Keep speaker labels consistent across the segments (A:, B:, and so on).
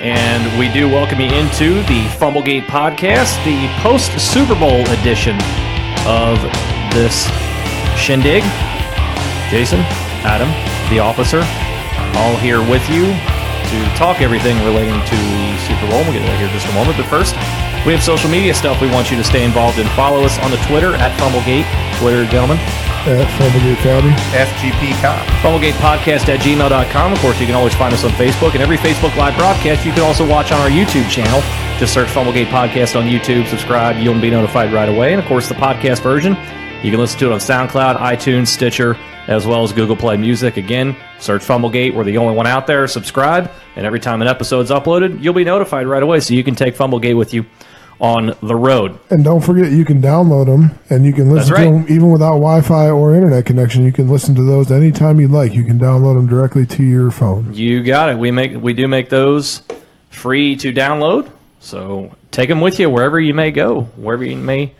A: And we do welcome you into the Fumblegate podcast, the post Super Bowl edition of this shindig. Jason, Adam, the officer, all here with you to talk everything relating to the Super Bowl. We'll get to that here in just a moment. But first, we have social media stuff we want you to stay involved in. Follow us on the Twitter at Fumblegate. Twitter, gentlemen.
B: at Fumblegate County.
C: FGP Cop.
A: FumblegatePodcast at gmail.com. Of course, you can always find us on Facebook and every Facebook live broadcast you can also watch on our YouTube channel. Just search Fumblegate Podcast on YouTube, subscribe, you'll be notified right away. And of course, the podcast version, you can listen to it on SoundCloud, iTunes, Stitcher, as well as Google Play Music. Again, search Fumblegate. We're the only one out there. Subscribe, and every time an episode's uploaded, you'll be notified right away so you can take Fumblegate with you on the road.
B: And don't forget, you can download them and you can listen
A: That's
B: to
A: right.
B: them even without Wi Fi or internet connection. You can listen to those anytime you like. You can download them directly to your phone.
A: You got it. We make we do make those free to download. So take them with you wherever you may go, wherever you may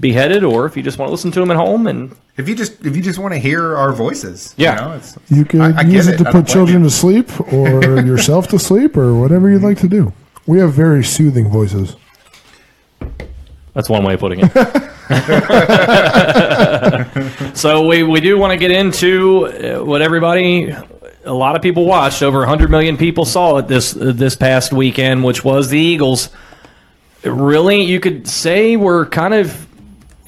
A: be headed, or if you just want to listen to them at home. And
C: If you just if you just want to hear our voices,
A: Yeah.
C: You know, it's,
B: You can
C: I- I get
B: use it,
C: it.
B: to
C: I
B: put
C: don't
B: children
C: blame you.
B: to sleep or yourself to sleep or whatever you'd like to do. We have very soothing voices.
A: that's one way of putting it. so we we do want to get into uh, what everybody. A lot of people watched. Over 100 million people saw it this this past weekend, which was the Eagles. Really, you could say we're kind of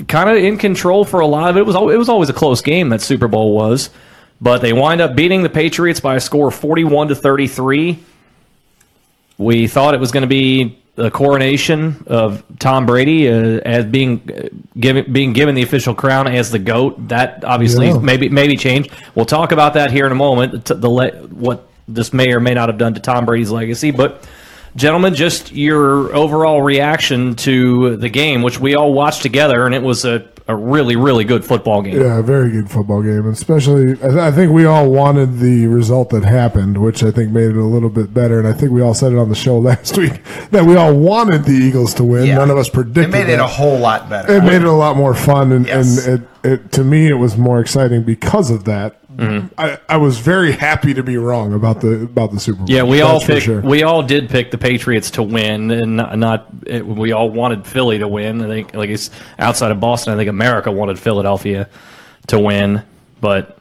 A: kind of in control for a lot of it. it was al- it was always a close game that Super Bowl was, but they wind up beating the Patriots by a score of 41 to 33. We thought it was going to be the coronation of Tom Brady uh, as being uh, given being given the official crown as the goat. That obviously
B: Yeah.
A: maybe maybe changed. We'll talk about that here in a moment. t- The le- what this may or may not have done to Tom Brady's legacy, but gentlemen, just your overall reaction to the game, which we all watched together, and it was a, a really, really good football game.
B: Yeah, a very good football game, especially. I, th- I think we all wanted the result that happened, which I think made it a little bit better. And I think we all said it on the show last week that we all wanted the Eagles to win.
C: yeah.
B: None of us predicted.
C: It made it
B: that.
C: a whole lot better.
B: It made it a lot more fun, and,
C: Yes.
B: and it, it to me it was more exciting because of that.
A: Mm-hmm.
B: I, I was very happy to be wrong about the about the Super Bowl.
A: Yeah, we
B: That's
A: all
B: for
A: picked,
B: sure.
A: we all did pick the Patriots to win, and not, not it, we all wanted Philly to win. I think, like it's outside of Boston, I think America wanted Philadelphia to win, but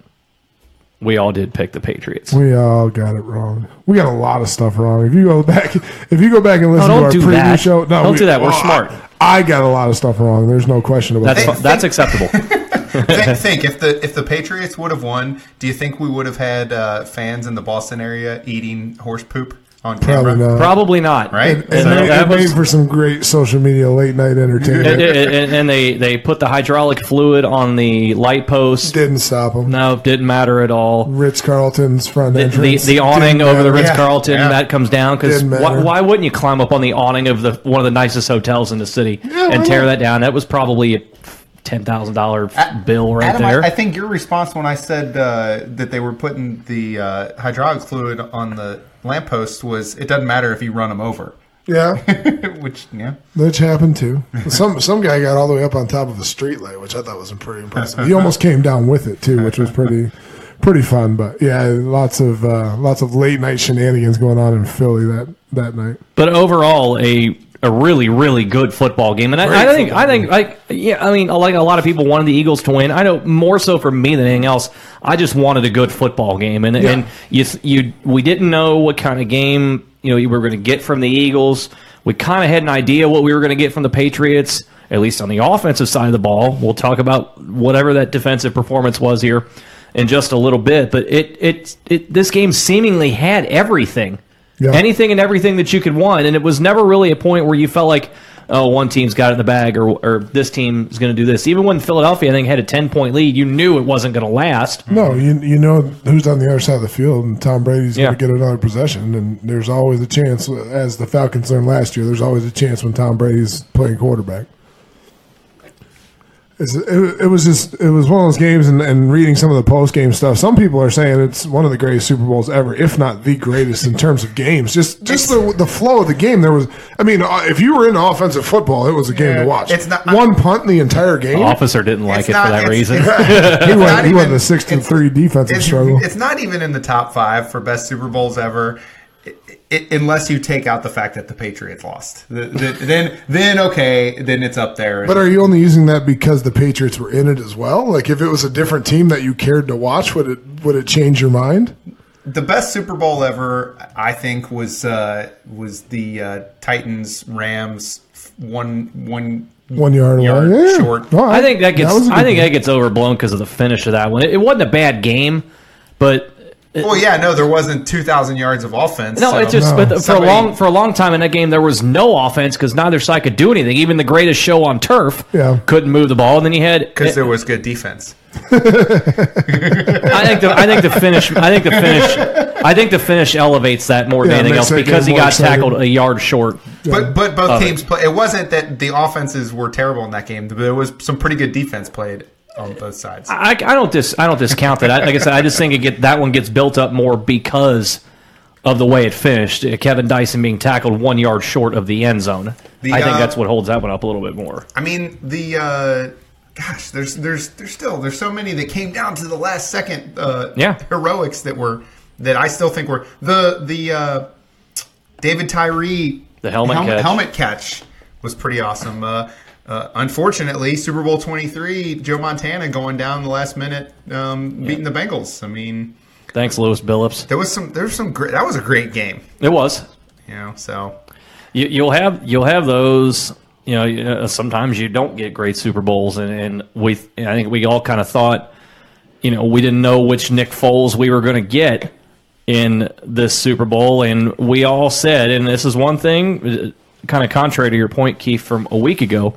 A: we all did pick the Patriots.
B: We all got it wrong. We got a lot of stuff wrong. If you go back, if you go back and listen
A: No,
B: to
A: don't
B: our
A: do
B: preview
A: that.
B: show, no,
A: Don't
B: we- Oh,
A: do that. We're
B: I-
A: smart.
B: I, got a lot of stuff wrong. There's no question about
A: That's
B: that.
A: fu- that's acceptable.
C: think, think if the if the Patriots would have won, do you think we would have had uh, fans in the Boston area eating horse poop on camera?
B: Probably not.
A: Probably not,
C: Right?
B: uh, And
C: So
B: they-
A: that
B: it made
A: was-
B: for some great social media late night entertainment.
A: And, and- and they they put the hydraulic fluid on the light post.
B: Didn't stop them.
A: No, didn't matter at all.
B: Ritz Carlton's front
A: the, the,
B: entrance.
A: the awning
B: Didn't
A: over the
B: matter.
A: Ritz Carlton
C: yeah.
A: that comes down because
B: Didn't
A: why,
B: matter.
A: why wouldn't you climb up on the awning of the one of the nicest hotels in the city and
B: why
A: tear
B: not?
A: that down? That was probably a ten thousand dollar bill right
C: Adam, I-
A: there.
C: I, think your response when I said uh, that they were putting the uh, hydraulic fluid on the lamppost was, "It doesn't matter if you run them over,"
B: Yeah.
C: which yeah,
B: Which happened too. Some some guy got all the way up on top of a street light, which I thought was pretty impressive. He almost came down with it too, which was pretty pretty fun. But yeah, lots of uh, lots of late night shenanigans going on in Philly that that night.
A: but overall, a a really really good football game, and I, I think I think like yeah, I mean like a lot of people wanted the Eagles to win. I know more so for me than anything else. I just wanted a good football game, and and you you we didn't know what kind of game you know you were going to get from the Eagles. We kind of had an idea what we were going to get from the Patriots, at least on the offensive side of the ball. We'll talk about whatever that defensive performance was here in just a little bit, but it it, it this game seemingly had everything.
B: Yeah.
A: Anything and everything that you could want, and it was never really a point where you felt like, oh, one team's got it in the bag, or or this team is going to do this. Even when Philadelphia, I think, had a ten point lead, you knew it wasn't going to last.
B: No, you you know who's on the other side of the field, and Tom Brady's
A: Yeah.
B: going to get another possession. And there's always a chance, as the Falcons learned last year, there's always a chance when Tom Brady's playing quarterback. It's, it, it was just it was one of those games, and, and reading some of the post game stuff, some people are saying it's one of the greatest Super Bowls ever, if not the greatest in terms of games. Just just the, the flow of the game. There was, I mean, uh, if you were into offensive football, it was a game
C: Yeah,
B: to watch.
C: it's not-
B: one punt in the entire game.
A: Officer didn't like
C: It's
A: it
C: not-
A: for that
C: it's-
A: reason.
C: it's
B: he
C: not
B: went, he went
C: even-
B: the six to
C: it's-
B: three defensive
C: it's,
B: struggle.
C: It's not even in the top five for best Super Bowls ever. It- it- i unless you take out the fact that the Patriots lost, The- the- then then okay, then it's up there.
B: But are you only using that because the Patriots were in it as well? Like if it was a different team that you cared to watch, would it would it change your mind?
C: The best Super Bowl ever, I think, was uh, was the uh, Titans Rams one one
B: One yard,
C: Yard
B: line? Yeah.
C: short.
B: All right.
A: I think that gets
B: was a good
A: I think
B: one.
A: that gets overblown because of the finish of that one. It, it wasn't a bad game, but
C: Well, yeah, no, there wasn't two thousand yards of offense.
A: no,
C: so-
A: it's just but
B: No.
A: for
C: Somebody-
A: a long for a long time in that game there was no offense because neither side could do anything. Even the greatest show on turf
B: Yeah.
A: couldn't move the ball. And then you had
C: because there was good defense.
A: I think the I think the finish I think the finish I think the finish elevates that more than
B: Yeah,
A: anything
B: makes
A: else
B: that
A: because he
B: game more
A: got
B: exciting.
A: tackled a yard short.
C: But but both
A: Love it.
C: teams play. It wasn't that the offenses were terrible in that game. but There was some pretty good defense played on both sides.
A: I, I don't dis I don't discount that. I, like I said, I just think it get that one gets built up more because of the way it finished. Uh, Kevin Dyson being tackled one yard short of the end zone.
C: The,
A: I think
C: uh,
A: that's what holds that one up a little bit more.
C: I mean, the uh, gosh, there's there's there's still there's so many that came down to the last second uh,
A: Yeah.
C: heroics that were that I still think were the the uh, David Tyree
A: The helmet
C: helmet,
A: catch.
C: helmet catch was pretty awesome. Uh, uh, unfortunately, Super Bowl twenty three, Joe Montana going down the last minute, um, beating the Bengals. I mean,
A: Thanks, Lewis Billups.
C: there was some there was some great, that was a great game,
A: It was.
C: you know. So
A: You, you'll have you'll have those. You know, you know, sometimes you don't get great Super Bowls, and, and we and I think we all kind of thought, you know, we didn't know which Nick Foles we were going to get in this Super Bowl, and we all said, and this is one thing, kind of contrary to your point, Keith, from a week ago.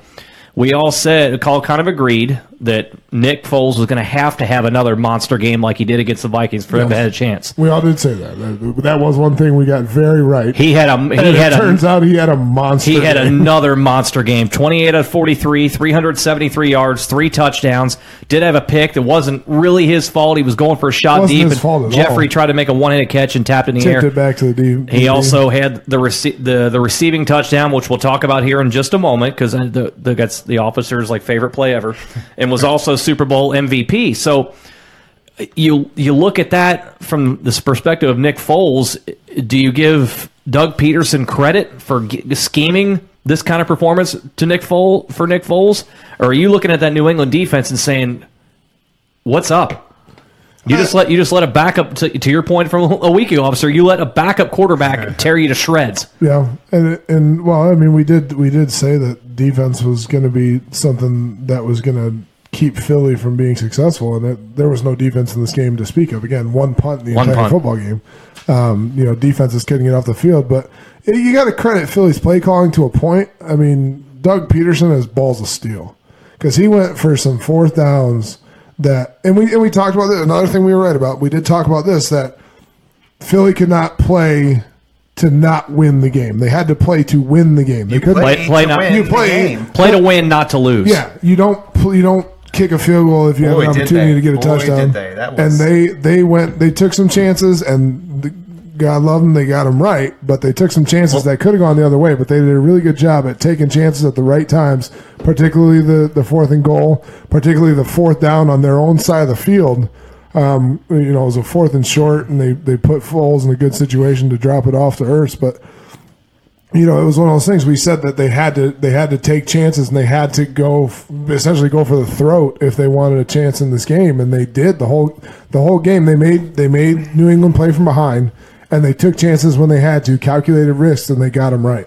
A: We all said, call kind of agreed that Nick Foles was going to have to have another monster game like he did against the Vikings for him to
B: Yes.
A: have a chance.
B: we all did say that. that. That was one thing we got very right.
A: He had a he
B: and it
A: had a
B: turns out he had a monster.
A: He had
B: game.
A: another monster game 28 out of 43, 373 yards, three touchdowns. Did have a pick that wasn't really his fault. He was going for a shot
B: Wasn't
A: deep.
B: his
A: and
B: fault at
A: Jeffrey
B: all.
A: tried to make a one handed catch and tapped it in the
B: tipped
A: air.
B: it back to the D.
A: He also had the, rece- the the receiving touchdown, which we'll talk about here in just a moment, because the, the, that's the officer's like favorite play ever, and was also Super Bowl MVP. So you you look at that from this perspective of Nick Foles. Do you give Doug Peterson credit for g- scheming this kind of performance to Nick Foles for Nick Foles, or are you looking at that New England defense and saying, "What's up"? You just let you just let a backup to, to your point from a week ago, officer. You let a backup quarterback tear you to shreds.
B: Yeah, and and well, I mean, we did we did say that defense was going to be something that was going to keep Philly from being successful, and it, there was no defense in this game to speak of. Again, one punt in the
A: One
B: entire
A: punt.
B: football game. Um, you know, defense is getting it off the field, but you got to credit Philly's play calling to a point. I mean, Doug Peterson has balls of steel because he went for some fourth downs that, and we and we talked about this. Another thing we were right about, we did talk about this that Philly could not play to not win the game. They had to play to win the game. They couldn't
A: play- play
C: to
A: not-
C: win
B: You
C: the
B: play-
C: game.
A: Play to win, not to lose.
B: yeah, you don't pl- you don't kick a field goal if you
C: Boy,
B: have an
C: did
B: opportunity
C: they.
B: to get a
C: Boy,
B: touchdown.
C: did they. That was-
B: And they they went they took some chances and the, God love them they got them right, but they took some chances that could have gone the other way. But they did a really good job at taking chances at the right times, particularly the the fourth and goal, particularly the fourth down on their own side of the field. Um, you know, it was a fourth and short, and they, they put Foles in a good situation to drop it off to Ertz. But you know, it was one of those things we said that they had to they had to take chances and they had to go f- essentially go for the throat if they wanted a chance in this game, and they did the whole the whole game. They made they made New England play from behind, and they took chances when they had to, calculated risks, and they got them right.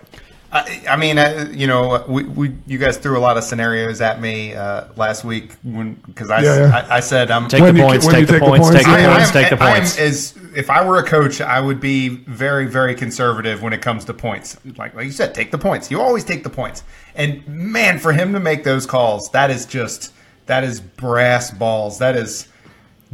C: I, I mean, I, you know, we, we you guys threw a lot of scenarios at me uh, last week when because I,
B: Yeah, yeah.
C: I I said I'm
A: Take
B: When
A: the
B: you-
A: points.
B: when you
A: Take the
B: take the
A: points. Take
B: points,
A: the
B: I- I
A: points.
C: am-
A: Take the
C: I am
A: points.
C: as if I were a coach, I would be very, very conservative when it comes to points. Like, like you said, take the points. You always take the points. And man, for him to make those calls, that is just that is brass balls. That is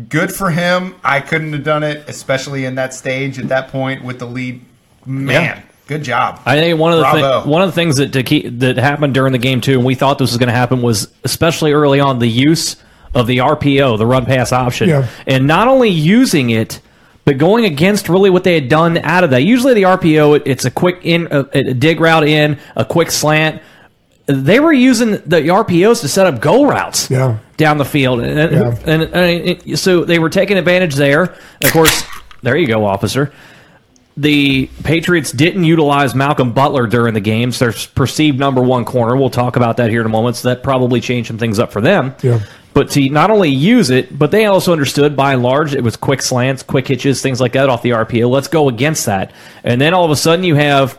C: good for him. I couldn't have done it, especially in that stage at that point with the lead. Man,
A: Yeah.
C: good job.
A: I think one of the
C: Bravo.
A: thi- one of the things that to keep, that happened during the game too, and we thought this was going to happen, was especially early on the use of the RPO, the run pass option,
B: Yeah.
A: and not only using it, but going against really what they had done out of that. Usually the RPO, it, it's a quick in a, a dig route in, a quick slant. They were using the RPOs to set up go routes
B: Yeah.
A: down the field, and, and-
B: Yeah.
A: and, and, so they were taking advantage there. Of course, there you go, officer the Patriots didn't utilize Malcolm Butler during the games. Their perceived number one corner. We'll talk about that here in a moment. So that probably changed some things up for them.
B: Yeah.
A: But to not only use it, but they also understood by and large it was quick slants, quick hitches, things like that off the RPO. Let's go against that. And then all of a sudden you have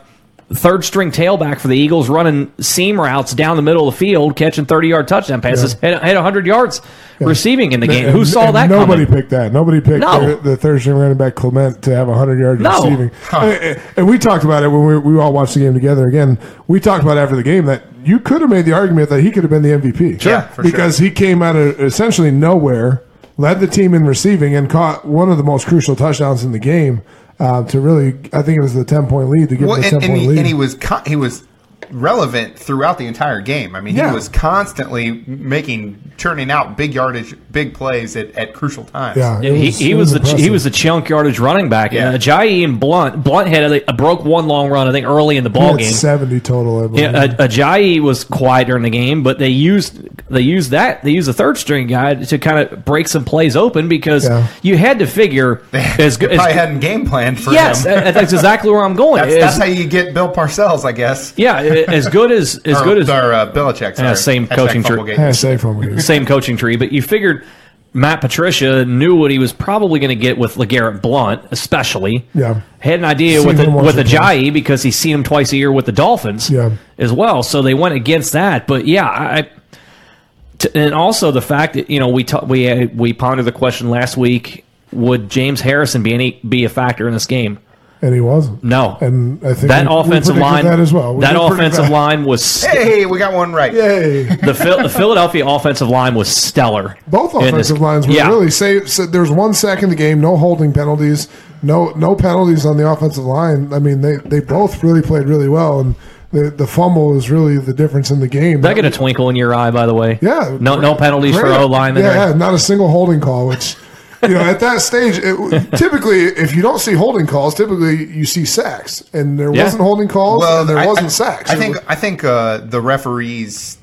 A: third string tailback for the Eagles running seam routes down the middle of the field, catching 30 yard touchdown passes,
B: Yeah.
A: had, had 100 yards receiving in the game.
B: And-
A: Who saw
B: and
A: that
B: Nobody
A: coming?
B: picked that. Nobody picked
A: No.
B: the, the third string running back Clement to have a hundred yards
A: No.
B: receiving. And, and we talked about it when we, we all watched the game together. Again, we talked about after the game that you could have made the argument that he could have been the MVP.
C: Sure. Yeah, for sure.
B: because he came out of essentially nowhere, led the team in receiving, and caught one of the most crucial touchdowns in the game. Uh, to really, I think it was the ten point lead to give
C: Well,
B: him the
C: and,
B: ten
C: and,
B: point
C: he,
B: lead.
C: and he was con- he was relevant throughout the entire game. I mean,
B: Yeah.
C: he was constantly making churning out big yardage, big plays at, at crucial times.
B: yeah, it
A: He, he
B: it
A: was the ch- he
B: impressive.
A: was the chunk yardage running back.
C: Yeah.
A: Uh, Ajayi and Blunt Blunt had a, a- broke one long run I think early in the ball
B: He had
A: game.
B: seventy total. I believe.
A: Yeah, uh, A- Ajayi was quiet during the game, but they used they used that they used the third string guy to kind of break some plays open because
B: Yeah.
A: you had to figure as good.
C: Probably
A: as,
C: hadn't game planned for
A: yes,
C: him.
A: that- that's exactly where I'm going.
C: That's,
A: As-
C: that's how you get Bill Parcells, I guess.
A: yeah, as good as as
C: Or-
A: good as
C: or, uh, Belichick. Sorry.
A: same
C: Hashtag
A: coaching
C: fumble
A: tree.
C: gate.
B: Yeah, safe on me.
A: same coaching tree, but you figured Matt Patricia knew what he was probably going to get with LeGarrette Blunt, especially.
B: Yeah.
A: Had an idea
B: Seen
A: with the,
B: him once
A: with
B: or
A: Ajayi E because he's seen him twice a year with the Dolphins
B: Yeah.
A: as well. So they went against that. But yeah, I. t- And also the fact that you know we ta- we uh, we pondered the question last week: Would James Harrison be any be a factor in this game?
B: and he wasn't.
A: No.
B: and I think
A: that
B: we- we
A: offensive
B: predicted
A: line
B: that as well. We
A: That
B: did predict
A: offensive
B: that.
A: line was st-
C: Hey, we got one right.
B: Yay!
A: the, Phil- the Philadelphia offensive line was stellar.
B: Both
A: in this-
B: offensive lines were
A: Yeah.
B: really safe. So there was one sack in the game, no holding penalties, no no penalties on the offensive line. I mean, they, they both really played really well, and the the fumble is really the difference in the game.
A: Did I get a twinkle in your eye, by the way?
B: Yeah.
A: No, no penalties for
B: Great.
A: O linemen.
B: Yeah,
A: or-
B: yeah, not a single holding call, which. You know, at that stage, it, typically, if you don't see holding calls, typically you see sacks, and there
A: Yeah.
B: wasn't holding calls, and there
C: I-
B: wasn't
C: I,
B: sacks.
C: I
B: It
C: think
B: was-
C: I think uh, the referees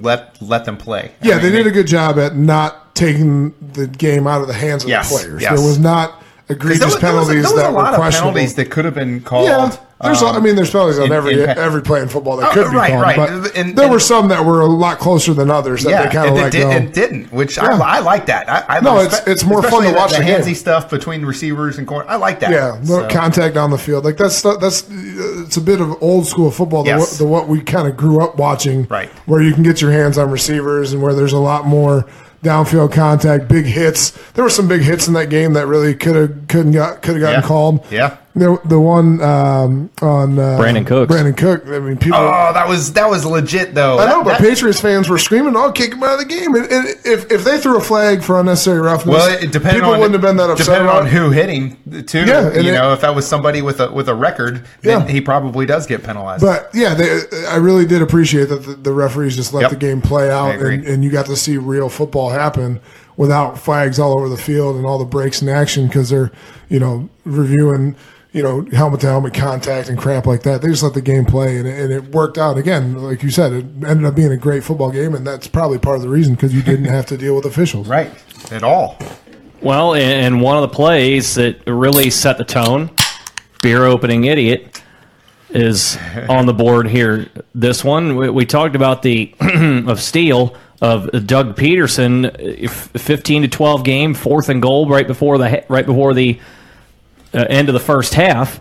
C: let let them play. I
B: Yeah,
C: mean,
B: they did a good job at not taking the game out of the hands of
C: Yes,
B: the players.
C: yes.
B: There was not
C: there
B: egregious
C: was, there was a-
B: penalties
C: there was
B: that
C: a lot
B: were
C: of
B: questionable.
C: penalties that could have been called.
B: yeah, there's.
C: um,
B: a, I mean, there's penalties on
C: in-
B: every
C: in pe-
B: every play in football that
C: Oh,
B: could be
C: right,
B: called,
C: right.
B: but
C: And-
B: there
C: and-
B: were some that were a lot closer than others that
C: yeah,
B: they kind of
C: and
B: let
C: did,
B: go.
C: and didn't, which
B: Yeah.
C: I, I like that. I, I
B: No,
C: respect-
B: it's- it's more fun to
C: especially
B: watch
C: the,
B: the
C: the
B: game.
C: handsy stuff between receivers and corner. I like that.
B: yeah, no
C: So-
B: contact on the field. Like that's that's it's a bit of old school football. The,
C: Yes.
B: what, the what we kind of grew up watching,
C: Right.
B: Where you can get your hands on receivers and where there's a lot more downfield contact, big hits. There were some big hits in that game that really could have couldn't got could have gotten
C: Yeah.
B: called.
C: Yeah.
B: the, the one um, on uh,
A: Brandon Cooks.
B: Brandon Cook. I mean, people.
C: Oh, that was that was legit though.
B: I know,
C: That-
B: but
C: that-
B: Patriots fans were screaming, "Oh, kick him out of the game!" And, and if if they threw a flag for unnecessary roughness,
C: well, it depended
B: people
C: on
B: wouldn't have been that upset.
C: Depending
B: about
C: on
B: it.
C: who hit him, too.
B: Yeah, and
C: you
B: it-
C: know, if that was somebody with a with a record, then
B: Yeah.
C: he probably does get penalized.
B: But yeah, they, I really did appreciate that the, the referees just let
C: Yep.
B: the game play
C: I
B: out,
C: agree.
B: and, and you got to see real football happen without flags all over the field and all the breaks in action because they're you know reviewing you know helmet to helmet contact and crap like that. They just let the game play, and it, and it worked out. Again, like you said, it ended up being a great football game, and that's probably part of the reason because you didn't have to deal with officials.
C: right at all.
A: Well, and and one of the plays that really set the tone, beer opening idiot, is on the board here. This one we, we talked about the of steel of Doug Peterson, uh, f- fifteen to twelve game, fourth and goal right before the he- right before the uh, end of the first half,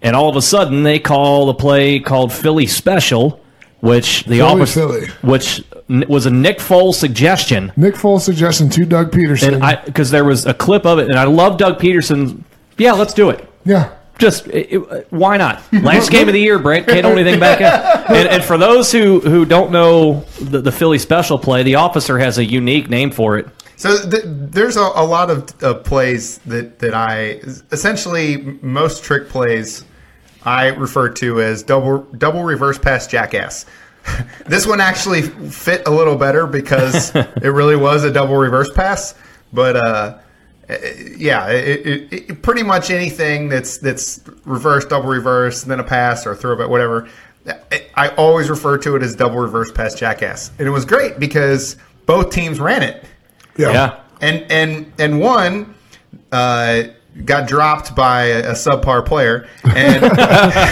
A: and all of a sudden they call the play called Philly Special, which the
B: Philly,
A: office
B: Philly.
A: which n- was a Nick Foles suggestion.
B: Nick Foles suggestion to Doug Peterson.
A: And I because there was a clip of it, and I love Doug Peterson. Yeah, let's do it.
B: yeah.
A: Just it, it- why not? Last game of the year, Brent can't hold anything back in. And, and for those who who don't know the, the Philly special play, the officer has a unique name for it.
C: So th- there's a, a lot of uh, plays that that I essentially m- most trick plays I refer to as double double reverse pass jackass. this one actually fit a little better because it really was a double reverse pass, but uh, eh, yeah, it, it, it, pretty much anything that's that's reverse double reverse then a pass or a throwback whatever. I- I always refer to it as double reverse pass jackass, and it was great because both teams ran it
A: Yeah,
C: and and and one uh, got dropped by a, a subpar player and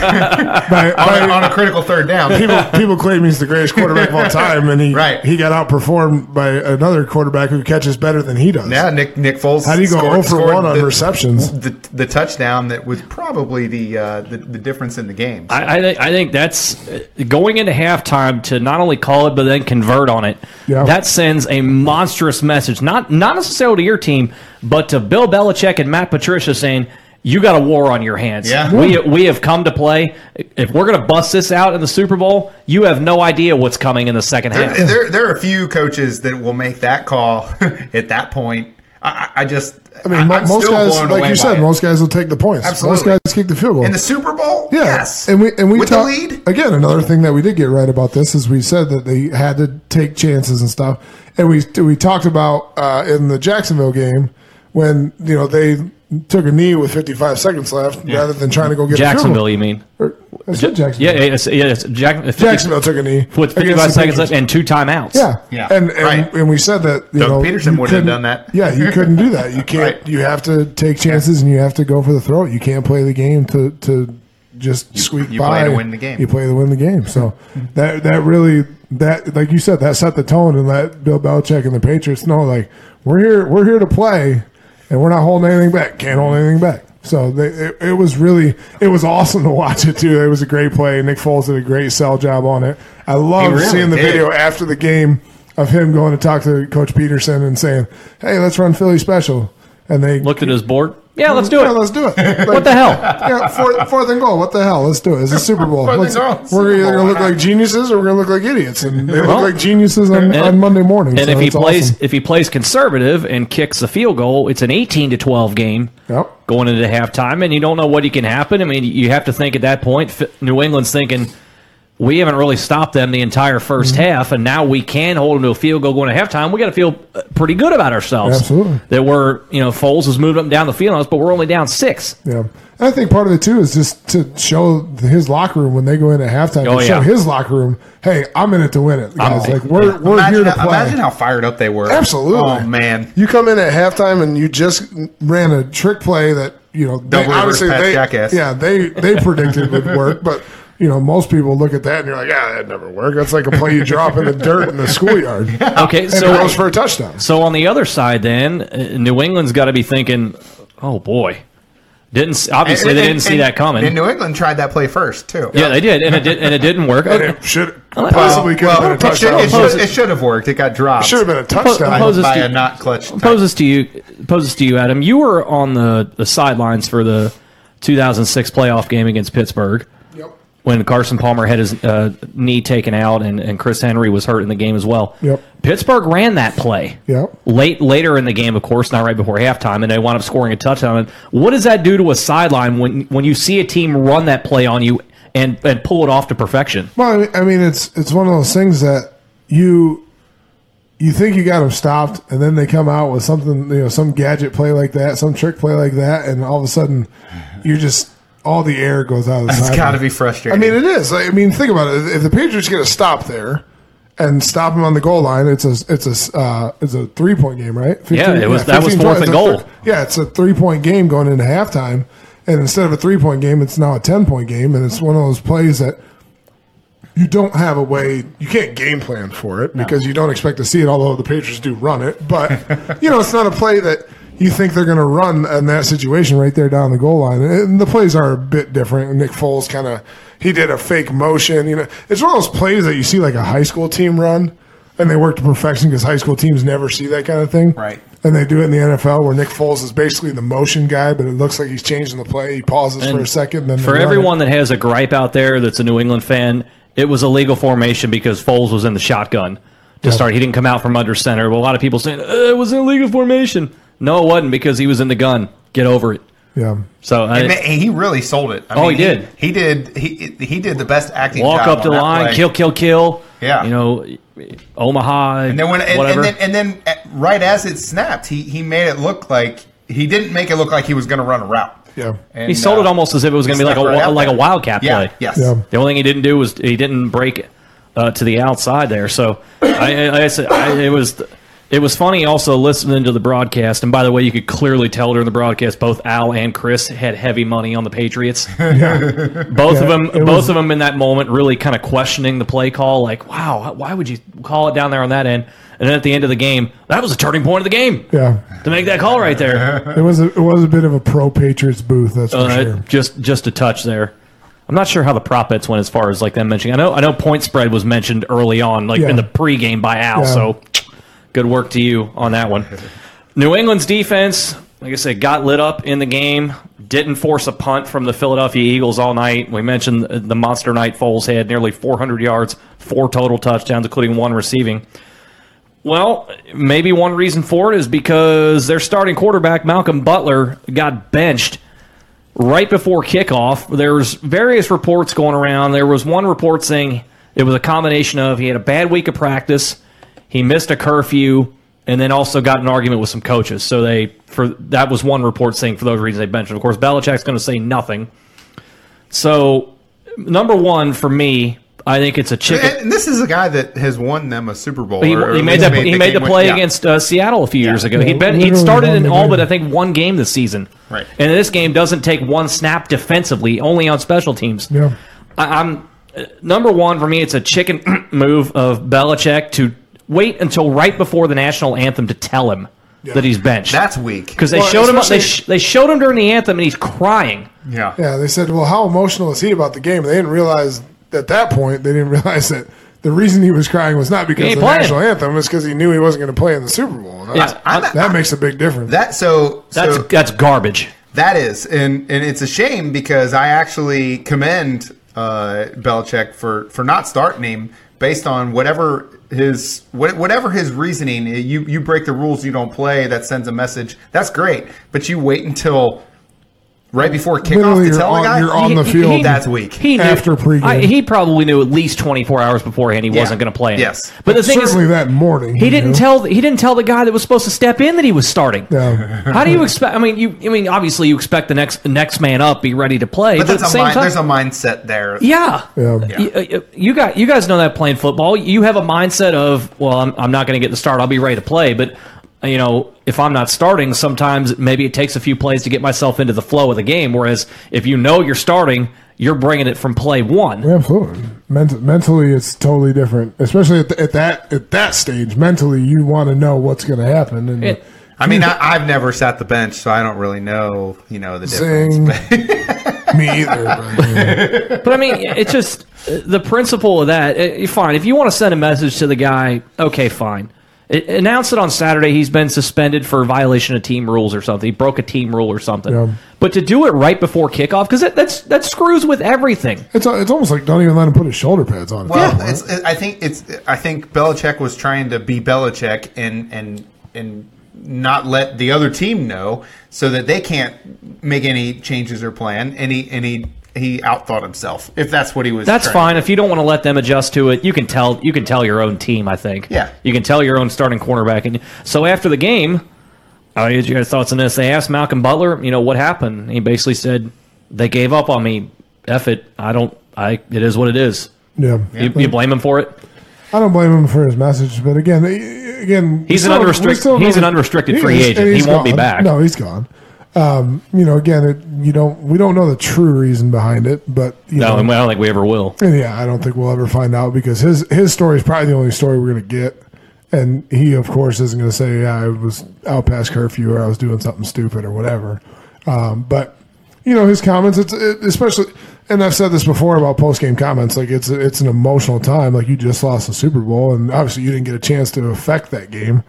B: By- by-
C: on, a, on a critical third down.
B: people people claim he's the greatest quarterback of all time, and he
C: Right.
B: he got outperformed by another quarterback who catches better than he does.
C: Yeah, Nick Nick Foles.
B: How do you go
C: scored-
B: 0 for
C: scored
B: 1 on
C: the-
B: receptions?
C: The, the touchdown that was probably the uh, the, the difference in the game.
A: I, I, think, I think that's uh, going into halftime to not only call it but then convert on it.
B: Yeah.
A: That sends a monstrous message, not not necessarily to your team, but to Bill Belichick and Matt Patricia saying. You got a war on your hands.
C: Yeah.
A: We, we have come to play. If we're going to bust this out in the Super Bowl, you have no idea what's coming in the second half.
C: there, there, there are a few coaches that will make that call at that point. I, I I just,
B: I mean, mo-
C: I'm
B: most
C: still
B: guys,
C: blown
B: like
C: away
B: you
C: by
B: said,
C: it.
B: most guys will take the points.
C: Absolutely.
B: Most guys kick the field goal.
C: in the Super Bowl.
B: Yeah.
C: Yes,
B: And we and we
C: with
B: talked
C: the lead.
B: again. Another thing that we did get right about this is we said that they had to take chances and stuff, and we we talked about uh, in the Jacksonville game when you know they took a knee with 55 seconds left rather than trying to go get
A: Jacksonville, you mean?
B: A field goal. Or- I said Jacksonville.
A: Yeah, yes, yes. Jack,
B: Jacksonville took a knee
A: with 55
B: against the
A: seconds
B: Patriots.
A: left and two timeouts.
B: Yeah,
C: Yeah,
B: and and,
C: right.
B: and we said that you
C: Doug
B: know,
C: Peterson
B: you
C: wouldn't have
B: couldn't-
C: done that.
B: Yeah, you couldn't do that. You can't.
C: Right.
B: You have to take chances and you have to go for the throat. You can't play the game to to just squeak
C: you
B: by.
C: play to win the game.
B: You play to win the game. So that that really that like you said that set the tone and let Bill Belichick and the Patriots know like we're here we're here to play and we're not holding anything back. Can't hold anything back. So they, it, it was really it was awesome to watch it too. It was a great play. Nick Foles did a great sell job on it. I love
C: really
B: seeing the
C: did.
B: video after the game of him going to talk to Coach Peterson and saying, "Hey, let's run Philly special." And they
A: Looked at his board. Yeah, let's do
B: Yeah,
A: it.
B: let's do it. Like,
A: What the hell?
B: Yeah, fourth, fourth and goal. What the hell? Let's do it. It's a Super Bowl.
C: Fourth and
B: Let's-
C: goal, Super
B: we're either
C: Bowl.
B: going to look like geniuses or we're going to look like idiots, and they
A: Well,
B: look like geniuses on, on Monday morning.
A: And
B: so
A: if he
B: it's
A: plays,
B: awesome.
A: if he plays conservative and kicks the field goal, it's an eighteen to twelve game
B: Yep.
A: going into halftime, and you don't know what he can happen. I mean, you have to think at that point. Fi- New England's thinking we haven't really stopped them the entire 1st
B: Mm-hmm.
A: half, and now we can hold them to a field goal going to halftime. We got to feel uh, pretty good about ourselves.
B: Absolutely.
A: that we're you know Foles was moving up and down the field on us, but we're only down six.
B: Yeah, and I think part of it too is just to show his locker room when they go in at halftime.
A: Oh,
B: to show
A: yeah.
B: his locker room, hey, I'm in it to win it, guys. like we're we're
C: Imagine,
B: here to
C: how-
B: play.
C: imagine how fired up they were.
B: Absolutely.
C: Oh man.
B: You come in at halftime and you just ran a trick play that you know they,
C: Double reverse
B: obviously
C: pass
B: they
C: jackass.
B: yeah they they predicted would work, but you know most people look at that and you're like, yeah, that never worked. That's like a play you drop in the dirt in the schoolyard.
A: Okay,
B: And
A: so
B: it goes for a touchdown.
A: So on the other side, then uh, New England's got to be thinking, "Oh boy, didn't s- obviously they
C: And-
A: didn't
C: and-
A: see
C: and-
A: that coming."
C: And New England tried that play first too.
A: yeah, they did, and it did, and it didn't work. Uh,
B: And
A: Okay.
B: it should
C: Well,
B: possibly could have been
C: well,
B: a
C: it, should,
B: touchdown.
C: it, should, it should have worked. It got dropped.
B: Should have been a touchdown.
A: Opposes
C: by
A: to-
C: a not clutch. type.
A: Poses to you, poses to you, Adam. You were on the, the sidelines for the 2006 playoff game against Pittsburgh
B: Yep.
A: when Carson Palmer had his uh, knee taken out, and, and Chris Henry was hurt in the game as well.
B: Yep.
A: Pittsburgh ran that play.
B: Yep.
A: late later in the game, of course, not right before halftime, and they wound up scoring a touchdown. And what does that do to a sideline when when you see a team run that play on you and and pull it off to perfection?
B: Well, I mean, I mean, it's it's one of those things that you you think you got them stopped, and then they come out with something, you know, some gadget play like that, some trick play like that, and all of a sudden, you're just all the air goes out of the
C: It's
B: sideline.
C: got to be frustrating.
B: I mean, it is. I mean, think about it. If the Patriots get a stop there and stop him on the goal line, it's a it's a uh, it's a three point game, right? 15,
A: Yeah, it was- that was
B: 15,
A: fourth
B: it's
A: and
B: a
A: goal.
B: thir- yeah, it's a three point game going into halftime, and instead of a three point game, it's now a ten point game, and it's one of those plays that you don't have a way you can't game plan for it because you don't expect to see it although the patriots do run it but you know it's not a play that you think they're going to run in that situation right there down the goal line and the plays are a bit different nick foles kind of he did a fake motion you know it's one of those plays that you see like a high school team run and they work to perfection because high school teams never see that kind of thing
C: Right.
B: and they do it in the NFL where Nick Foles is basically the motion guy, but it looks like he's changing the play. He pauses for a second, then they
A: For
B: run it.
A: everyone that has a gripe out there that's a New England fan, it was a legal formation because Foles was in the shotgun to start. He didn't come out from under center. Well, a lot of people saying "Uh, it was in legal formation. No, it wasn't because he was in the gun. Get over it.
B: yeah.
A: So uh, I,
C: And he he really sold it. I
A: Oh, he did.
C: He, did. He he did the best acting.
A: walk
C: job
A: up the
C: on that
A: line,
C: play.
A: kill, kill, kill.
C: Yeah.
A: you know, Omaha.
C: And then when and,
A: whatever.
C: and then and then uh, right as it snapped, he he made it look like he didn't make it look like he was going to run a route.
B: Yeah.
C: And,
A: He sold
C: uh,
A: it almost as if it was going to be like a
C: stuck right
A: wa-
C: out
A: like a
C: there.
A: wildcat
C: Yeah.
A: play.
C: Yes.
B: Yeah.
A: The only thing he didn't do was he didn't break uh, to the outside there. So I, I, I said I, it was It was funny also listening to the broadcast. And by the way, you could clearly tell during the broadcast both Al and Chris had heavy money on the Patriots. both of
B: Yeah,
A: them,
B: it
A: both
B: was-
A: of them in that moment really kind of questioning the play call. Like, wow, why would you call it down there on that end? And then at the end of the game, that was a turning point of the game
B: Yeah,
A: to make that call right there.
B: it was a, it was a bit of a pro Patriots booth. That's for
A: Uh,
B: sure.
A: Just just a touch there. I'm not sure how the prop bets went as far as like them mentioning. I know I know point spread was mentioned early on, like
B: Yeah.
A: in the pregame by Al.
B: Yeah.
A: So good work to you on that one. New England's defense, like I said, got lit up in the game. Didn't force a punt from the Philadelphia Eagles all night. We mentioned the monster night Foles had nearly 400 yards, four total touchdowns, including one receiving. Well, maybe one reason for it is because their starting quarterback Malcolm Butler got benched right before kickoff. There's various reports going around. There was one report saying it was a combination of he had a bad week of practice, he missed a curfew, and then also got in an argument with some coaches. So they for that was one report saying for those reasons they benched him. Of course, Belichick's going to say nothing. So number one for me, I think it's a chicken.
C: And this is a guy that has won them a Super Bowl.
A: He,
C: or-
A: he
C: or
A: made the,
C: made
A: he
C: the
A: made the
C: game win-
A: play
C: yeah.
A: against uh, Seattle a few years ago. He'd been he'd
B: Literally
A: started
B: won
A: in
B: the
A: all
B: game.
A: but I think one game this season.
C: Right.
A: And this game doesn't take one snap defensively, only on special teams.
B: Yeah.
A: I, I'm uh, number one for me. It's a chicken move of Belichick to wait until right before the national anthem to tell him that he's benched
C: That's weak.
A: because they
C: Well,
A: showed him they,
C: especially-
A: sh- they showed him during the anthem and he's crying.
C: yeah.
B: Yeah, they said, "Well, how emotional is he about the game?" They didn't realize at that point they didn't realize that the reason he was crying was not because
A: ain't
B: of the
A: playing.
B: national anthem, it's because he knew he wasn't going to play in the Super Bowl. And that's-
A: Yeah,
C: I'm-
B: that makes a big difference.
C: That so
A: That's
C: so
A: that's garbage.
C: that is, and and it's a shame because I actually commend uh, Belichick for for not starting him based on whatever his what, whatever his reasoning. You you break the rules, you don't play. That sends a message. That's great, but you wait until right before kickoff
B: Literally,
C: to
B: you're
C: tell
B: on-
C: the guy
B: you're on the
A: He-
B: field.
A: he-
C: That's weak.
A: He knew,
B: After pregame.
A: I- he probably knew at least 24 hours beforehand he
C: Yeah.
A: wasn't going to play. him.
C: Yes.
A: but the thing
B: Certainly
A: is,
B: that morning.
A: He
B: you
A: didn't
B: know?
A: tell. He didn't tell the guy that was supposed to step in that he was starting.
B: Yeah.
A: How do you expect? I mean, you. I mean, obviously, you expect the next the next man up be ready to play. But,
C: But
A: at the
C: that's a
A: same
C: mind,
A: time,
C: there's a mindset there.
A: yeah.
B: Yeah.
A: You, uh, you got you guys know that playing football, you have a mindset of well, I'm, I'm not going to get the start. I'll be ready to play, but uh, you know if I'm not starting, sometimes maybe it takes a few plays to get myself into the flow of the game. Whereas if you know you're starting, you're bringing it from play one.
B: Yeah, Absolutely. Ment- mentally, it's totally different, especially at, the, at that at that stage. Mentally, you want to know what's going to happen. And
A: It-
C: I mean, I, I've never sat the bench, so I don't really know, you know, the difference.
B: Zing. me either. But, yeah.
A: But I mean, it's just uh, the principle of that. uh, Fine, if you want to send a message to the guy, okay, fine. It, announce it on Saturday. He's been suspended for violation of team rules or something. He broke a team rule or something.
B: Yeah.
A: But to do it right before kickoff, because that, that's that screws with everything.
B: It's it's almost like don't even let him put his shoulder pads on. at that
C: Well,
B: point.
C: it's, I think it's. I think Belichick was trying to be Belichick and and and not let the other team know so that they can't make any changes or plan. And he and he he outthought himself if that's what he was.
A: That's
C: trying-
A: fine if you don't want to let them adjust to it. You can tell you can tell your own team. I think.
C: Yeah.
A: You can tell your own starting cornerback. And so after the game, I need you guys' thoughts on this. They asked Malcolm Butler, you know, what happened. He basically said they gave up on me. F it. I don't. I. It is what it is.
B: yeah.
A: You, you blame him for it.
B: I don't blame him for his message, but again, eh, again,
A: He's
B: we
A: an
B: still- we
A: unrestrict-
B: still
A: he's an
B: don't-
A: unrestricted free
B: is,
A: agent.
B: and
A: He
B: he's
A: won't be
B: gone.
A: back.
B: No, he's gone. Um, you know, again, it, you don't. We don't know the true reason behind it, but you
A: No,
B: know,
A: and I don't think we ever will.
B: And yeah, I don't think we'll ever find out because his his story is probably the only story we're going to get. And he, of course, isn't going to say, yeah, I was out past curfew or I was doing something stupid or whatever. Um, but, you know, his comments, it's it, especially, and I've said this before about post game comments, like it's it's an emotional time. Like you just lost the Super Bowl, and obviously you didn't get a chance to affect that game.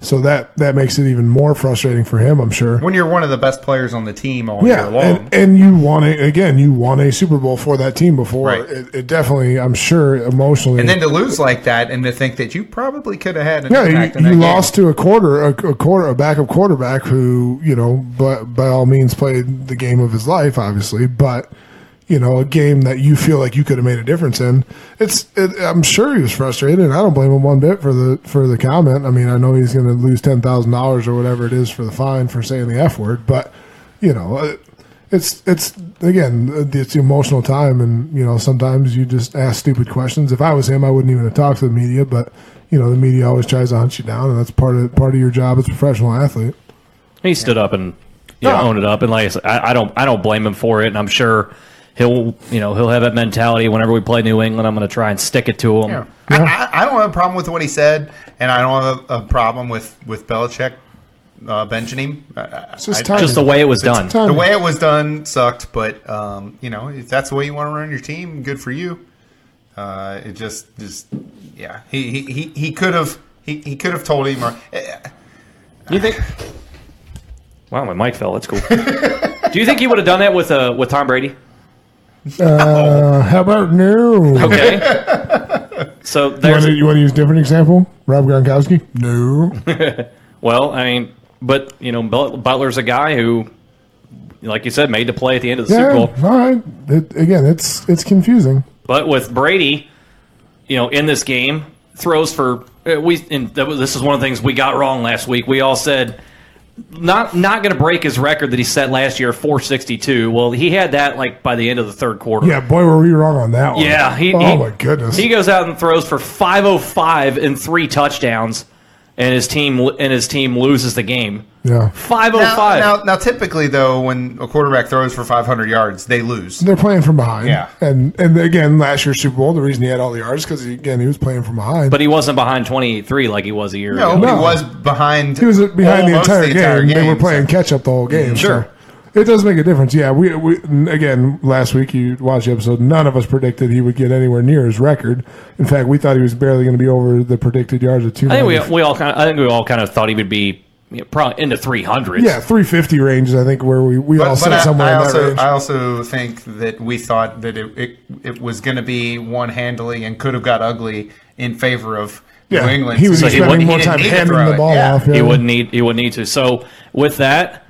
B: So that, that makes it even more frustrating for him, I'm sure.
C: When you're one of the best players on the team all
B: Yeah,
C: year long,
B: and, and you want a again. You won a Super Bowl for that team before.
C: Right.
B: It, it definitely, I'm sure, emotionally.
C: and then to lose like that, and to think that you probably could have had an
B: yeah,
C: impact
B: you,
C: in that
B: you
C: game.
B: lost to a quarter, a, a quarter, a backup quarterback who you know, but by all means, played the game of his life, obviously, but. You know, a game that you feel like you could have made a difference in. It's, it, I'm sure he was frustrated, and I don't blame him one bit for the for the comment. I mean, I know he's going to lose ten thousand dollars or whatever it is for the fine for saying the f word, but you know, uh, it's it's again, uh, it's the emotional time, and you know, sometimes you just ask stupid questions. If I was him, I wouldn't even have talked to the media, but you know the media always tries to hunt you down, and that's part of part of your job as a professional athlete.
A: He stood up and you know,
B: No.
A: owned it up, and like I, said, I, I don't I don't blame him for it, and I'm sure he'll you know he'll have that mentality whenever we play New England. I'm going to try and stick it to him.
C: Yeah. I, I, I don't have a problem with what he said, and I don't have a, a problem with with Belichick uh, benching him. I- I-
B: It's just
C: I-
B: time.
A: Just the way it was done.
B: time.
C: the way it was done sucked, but um, you know if that's the way you want to run your team, good for you. Uh, it just, just yeah, he he- he he could have he, he could have told him. Or, eh,
A: You think? Wow, my mic fell. That's cool. Do you think he would have done that with uh, with Tom Brady?
B: Uh, how about no?
A: Okay. so
B: You want,
A: there's
B: to, you want to use a different example? Rob Gronkowski? No.
A: well, I mean, but you know, Bel- Butler's a guy who, like you said, made the play at the end of the
B: yeah,
A: Super
B: all
A: Bowl.
B: right. It, again, it's it's confusing.
A: But with Brady, you know, in this game, throws for uh, we. And that was, this is one of the things we got wrong last week. We all said not not going to break his record that he set last year, four sixty two. Well, he had that like by the end of the third quarter.
B: Yeah, boy, were we wrong on that one.
A: Yeah, he,
B: oh
A: he-
B: my goodness.
A: He goes out and throws for 505 and three touchdowns, and his team and his team loses the game.
B: yeah,
A: 505.
C: Now, now, now, typically though, when a quarterback throws for 500 yards, they lose.
B: they're playing from behind.
C: Yeah.
B: and and again, last year's Super Bowl, the reason he had all the yards because again he was playing from behind.
A: but he wasn't behind 23 like he was a year
C: No,
A: ago.
C: but he
B: No.
C: was behind.
B: he was behind the
C: almost
B: entire, game. They were
C: so-
B: playing catch up the whole game.
A: Sure.
B: so it does make a difference. Yeah, we, we n- again last week you watched the episode. None of us predicted he would get anywhere near his record. In fact, we thought he was barely going to be over the predicted yards of two.
A: I think we, we all kind of I think we all kind of thought he would be you know, probably into 300.
B: yeah, three fifty range. is, I think where we we all
C: But, but
B: said
C: I,
B: somewhere
C: I
B: in that
C: also,
B: range.
C: I also think that we thought that it it, it was going to be one handling and could have got ugly in favor of
B: yeah,
C: New England.
B: he was
C: So
B: spending
C: wouldn't-
B: more
C: didn't
B: time
C: need to
B: handing
C: throw
B: the
C: it.
B: ball
C: Yeah.
B: off.
A: He
B: yeah.
A: wouldn't need he wouldn't need to. So with that,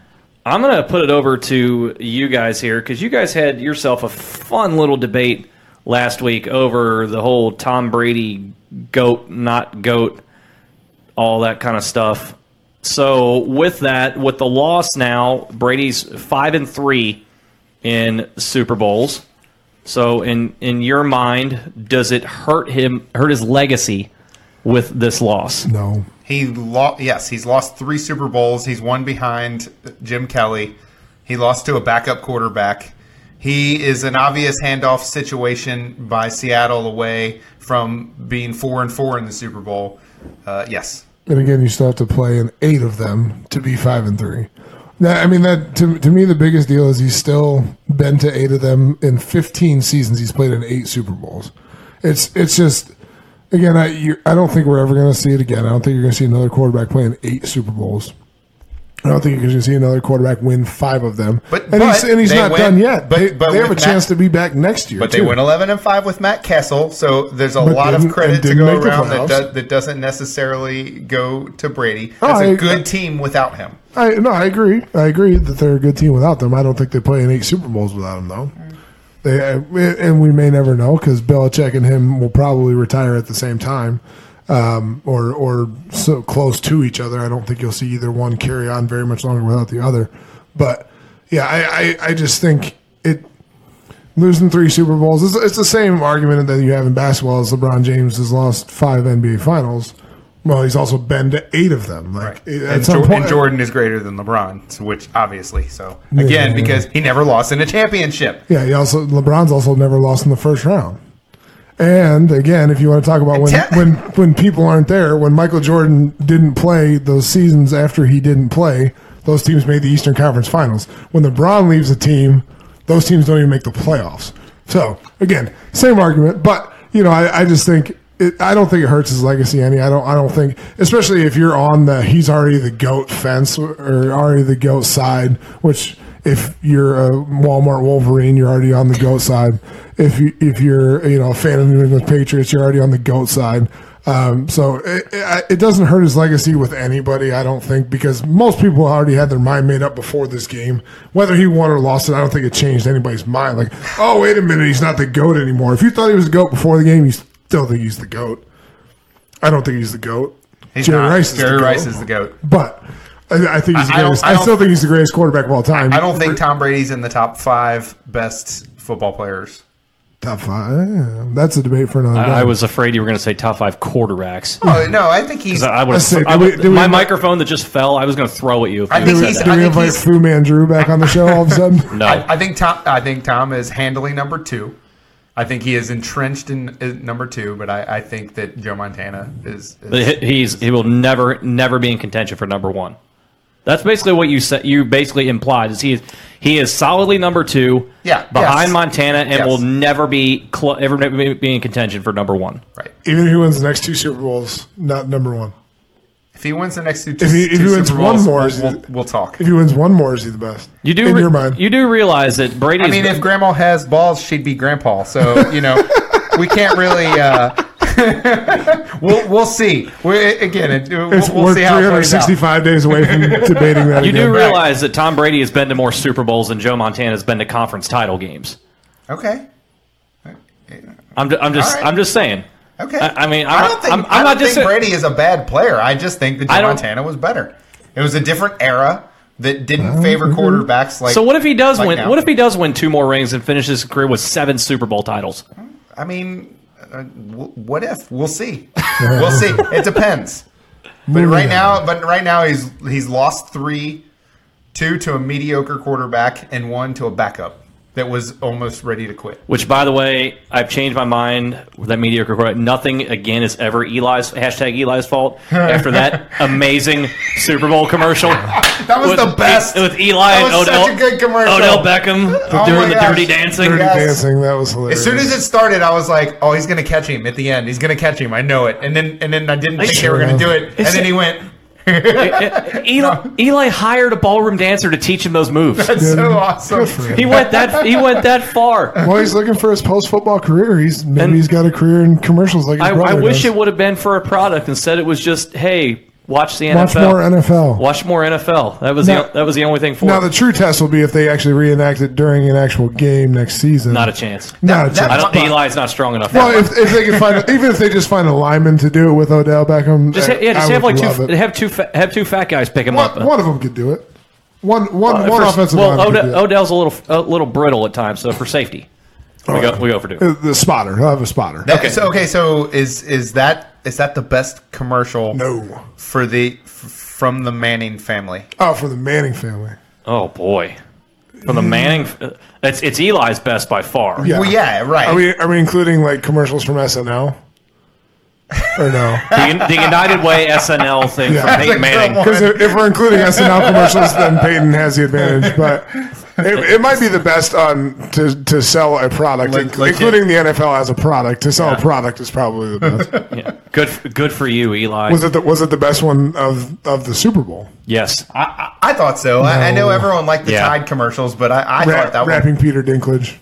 A: I'm gonna put it over to you guys here because you guys had yourself a fun little debate last week over the whole Tom Brady goat not goat, all that kind of stuff. So with that, with the loss now, Brady's five and three in Super Bowls. So in in your mind, does it hurt him hurt his legacy with this loss?
B: No.
C: He lost. Yes, he's lost three Super Bowls. He's one behind Jim Kelly. He lost to a backup quarterback. He is an obvious handoff situation by Seattle away from being four and four in the Super Bowl. Uh, yes,
B: And again, you still have to play in eight of them to be five and three. Now, I mean, that to, to me, the biggest deal is he's still been to eight of them in 15 seasons. He's played in eight Super Bowls. It's it's just again, I you, I don't think we're ever going to see it again. I don't think you're going to see another quarterback playing eight Super Bowls. I don't think you're going to see another quarterback win five of them.
C: But-
B: and he's,
C: but
B: and he's
C: they
B: not
C: win-
B: done yet.
C: but-
B: they,
C: but
B: they have a
C: with
B: chance
C: Matt-
B: to be back next year.
C: but they
B: too.
C: went eleven and five with Matt Kessel. So there's a
B: But
C: lot of
B: didn't-
C: credit
B: and
C: to
B: didn't
C: go
B: make the
C: around that,
B: playoffs.
C: does that doesn't necessarily go to Brady.
B: Oh,
C: That's a
B: I-
C: good team without him.
B: I no, I agree. I agree that they're a good team without them. I don't think they play in eight Super Bowls without them, though. They uh, and we may never know because Belichick and him will probably retire at the same time, um, or or so close to each other. I don't think you'll see either one carry on very much longer without the other. But yeah, I I, I just think it losing three Super Bowls. It's, it's the same argument that you have in basketball as LeBron James has lost five NBA Finals. Well, he's also been to eight of them. Like at
C: And,
B: some
C: Jor-
B: point-
C: and Jordan is greater than LeBron, so- which obviously. So again,
B: Yeah.
C: because he never lost in a championship.
B: Yeah, he also LeBron's also never lost in the first round. And again, if you want to talk about when
C: Te-
B: when when people aren't there, when Michael Jordan didn't play those seasons after he didn't play, those teams made the Eastern Conference Finals. When LeBron leaves a team, those teams don't even make the playoffs. So again, same argument, but you know, I, I just think it, I don't think it hurts his legacy any. I don't. I don't think, especially if you're on the he's already the goat fence or already the goat side. Which if you're a Walmart Wolverine, you're already on the goat side. If you if you're you know a fan of the New England Patriots, you're already on the goat side. Um, so it, it, it doesn't hurt his legacy with anybody, I don't think, because most people already had their mind made up before this game. Whether he won or lost it, I don't think it changed anybody's mind. Like, oh, wait a minute, he's not the GOAT anymore. If you thought he was the GOAT before the game, you still think he's the GOAT. I don't think he's the GOAT.
C: He's not. Jerry
B: the
C: Rice
B: GOAT.
C: is the goat.
B: But I, I think he's the
C: I- I don't-
B: greatest.
C: I
B: I,
C: don't-
B: still think he's the greatest quarterback of all time.
C: I don't think Tom Brady's in the top five best football players.
B: Top five. yeah, that's a debate for another.
A: I,
B: day.
A: I was afraid you were going to say top five quarterbacks.
C: Oh no, I think
A: 'Cause
C: he's.
A: I
B: I
A: would.
B: say,
A: I
B: do we-
A: would-
B: do we-
A: my microphone that just fell. I was going to throw at you. If you
C: I
A: had
C: think
A: said
C: he's-
A: that.
B: Do
C: I
B: we
C: think
B: invite
C: he's-
B: Fu Mandrew back on the show all of a sudden?
A: no.
C: I, I think Tom. I think Tom is handling number two. I think he is entrenched in uh, number two, but I, I think that Joe Montana is. is-
A: But he- he's he will never never be in contention for number one. That's basically what you said. You basically implied is he is he is solidly number two.
C: Yeah,
A: behind
C: yes.
A: Montana and
C: Yes.
A: will never be cl- ever be be in contention for number one.
C: right.
B: Even if he wins the next two Super Bowls, not number one.
C: If he wins the next two,
B: If he- if
C: two
B: he wins
C: Super
B: one
C: Bowls,
B: more,
C: we'll, we'll,
B: is-
C: we'll talk.
B: If he wins one more, is he the best?
A: You do
B: in
A: re-
B: your mind.
A: You do realize that Brady.
C: I mean, if Grandma has balls, she'd be Grandpa. So you know, we can't really. Uh, we'll we'll see. We again, it, we'll,
B: it's,
C: we'll
B: we're
C: see how it plays out.
B: 365 days away from debating that.
A: you
B: again.
A: do realize that Tom Brady has been to more Super Bowls than Joe Montana has been to conference title games.
C: Okay.
A: I'm, ju- I'm just
C: All right.
A: I'm just saying.
C: Okay.
A: I- I mean,
C: I
A: I'm-
C: don't think,
A: I'm- I'm
C: I
A: not
C: do not think
A: dissa-
C: Brady is a bad player. I just think that
A: I
C: Joe
A: don't-
C: Montana was better. It was a different era that didn't favor quarterbacks like.
A: So what if he does
C: like
A: win?
C: now.
A: What if he does win two more rings and finishes his career with seven Super Bowl titles?
C: I mean, uh, w- what if? We'll see. we'll see. It depends. But
B: Moving
C: right
B: on.
C: now, but right now he's he's lost three, two to a mediocre quarterback and one to a backup that was almost ready to quit.
A: Which, by the way, I've changed my mind with that mediocre quarterback. Nothing again is ever Eli's hashtag Eli's fault. After that amazing Super Bowl commercial, that
C: That was the best.
A: with Eli
C: That
A: and
C: was
A: Odell,
C: such a good commercial.
A: Odell Beckham
C: Oh my
A: doing the
C: gosh.
A: dirty dancing.
B: Dirty
C: Yes.
B: dancing. That was hilarious.
C: As soon as it started, I was like, "Oh, he's gonna catch him at the end. He's gonna catch him. I know it." And then, and then I didn't think they were gonna do it. And then he went.
A: Eli, Eli hired a ballroom dancer to teach him those moves.
C: That's so awesome.
B: Good for him.
A: He went that he went that far.
B: Well, he's looking for his post football career. He's maybe
A: And-
B: he's got a career in commercials like his
A: I, I
B: brother
A: wish
B: does.
A: it would have been for a product instead. It was just hey, watch the
B: Watch
A: NFL,
B: more NFL.
A: watch more NFL. That was
B: Now-
A: the, that was the only thing for
B: Now
A: it.
B: the true test will be if they actually reenact it during an actual game next season.
A: Not a chance.
B: Not a
C: That-
A: I
B: chance.
A: don't. Eli's not strong enough.
B: Well, if, if they can find, even if they just find a lineman to do it with Odell Beckham,
A: Just ha- yeah, just
B: I
A: have
B: would
A: like two
B: love it.
A: have two fa- have two fat guys pick him up.
B: one, one of them could do it. One, one,
A: Uh,
B: one
A: for-
B: offensive
A: well,
B: lineman could
A: Ode-
B: do it.
A: Odell's a little a little brittle at times, so for safety, we go we go for two.
B: Uh, The spotter. I'll have a spotter.
C: Okay. So okay. So is is that is that the best commercial?
B: No.
C: For the f- from the Manning family.
B: Oh, for the Manning family.
A: Oh boy, from the Manning, uh, it's it's Eli's best by far.
B: Yeah.
C: Well, yeah, right.
B: Are we are we including like commercials from SNL? Or no?
A: The, the United Way SNL thing from Peyton
B: Yeah.
C: That's a good
A: Manning.
C: one.
B: Because if, if we're including SNL commercials, then Peyton has the advantage. But it, it might be the best on to, to sell a product,
C: Like-
B: inc-
C: like
B: including the NFL as a product. To sell a product is probably the best.
A: Yeah. Good f- good for you, Eli.
B: was it the, was it the best one of of the Super Bowl?
A: yes,
C: I, I, I thought so. I, I know
B: No.
C: everyone liked the
A: Yeah.
C: Tide commercials, but I, I
B: Ra-
C: thought that one,
B: rapping Peter Dinklage.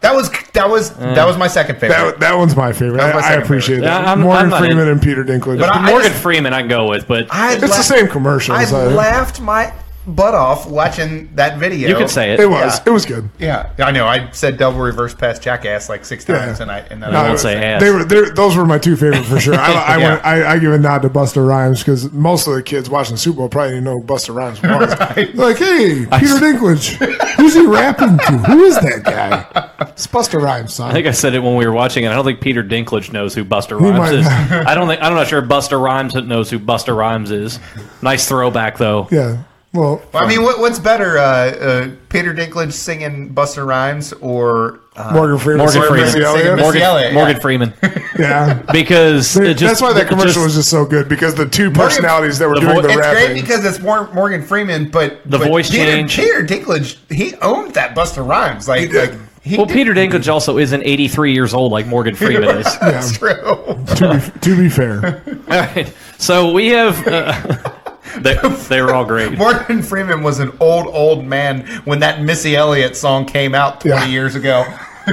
C: that was that was
A: Mm.
C: that was my second favorite.
B: That, that one's my favorite.
C: was
B: I,
C: my
B: I
C: second
B: appreciate it.
A: favorite. Yeah, I'm-
B: Morgan
A: I'm not
B: Freeman
A: in-
B: and Peter Dinklage.
C: But I-
A: Morgan
C: just-
A: Freeman I can go with, but
C: I
B: it's the
C: laugh-
B: same commercial.
C: I
B: so-
C: laughed my butt off watching that video.
A: you can say it.
B: it was.
C: Yeah.
B: It was good.
C: Yeah, I know. I said double reverse pass jackass like six
B: Yeah.
C: times, and I and then
A: I
C: I
A: won't
C: was
A: say
C: like,
A: ass.
B: They were they those were my two favorite for sure. I, I,
C: Yeah.
B: went, I, I give a nod to Buster Rhymes because most of the kids watching the Super Bowl probably didn't know who Buster Rhymes was. Like, hey, Peter Dinklage, who's he rapping to? Who is that guy? It's Buster Rhymes, son.
A: I think I said it when we were watching it. I don't think Peter Dinklage knows who Buster Rhymes
B: might
A: is.
B: not.
A: I don't think I'm not sure Buster Rhymes knows who Buster Rhymes is. Nice throwback though.
B: yeah. Well,
C: I mean, what, what's better, uh, uh, Peter Dinklage singing Buster Rhymes or uh,
B: Morgan Freeman,
A: Morgan
B: singing
A: Freeman.
B: Missy Elliott.
C: Missy
A: Morgan,
C: Elliott,
A: Morgan
C: yeah.
A: Freeman.
B: Yeah.
A: Because it just,
B: That's why that
A: it
B: commercial
A: just-
B: was just so good because the two personalities that were
A: the
B: doing
A: vo-
B: the
A: It's
C: It's
B: rapping.
C: great because it's Mor- Morgan Freeman, but
A: The
C: but
A: voice
C: Peter,
A: change.
C: Peter Dinklage, he owned that Buster Rhymes. Like,
B: did.
C: like, he
A: Well,
C: did-
A: Peter Dinklage also isn't 83 years old like Morgan Freeman is.
C: That's true.
B: to, be, to be fair,
A: All right. So we have. Uh, they, they were all great.
C: Morgan Freeman was an old, old man when that Missy Elliott song came out 20
B: Yeah.
C: years ago.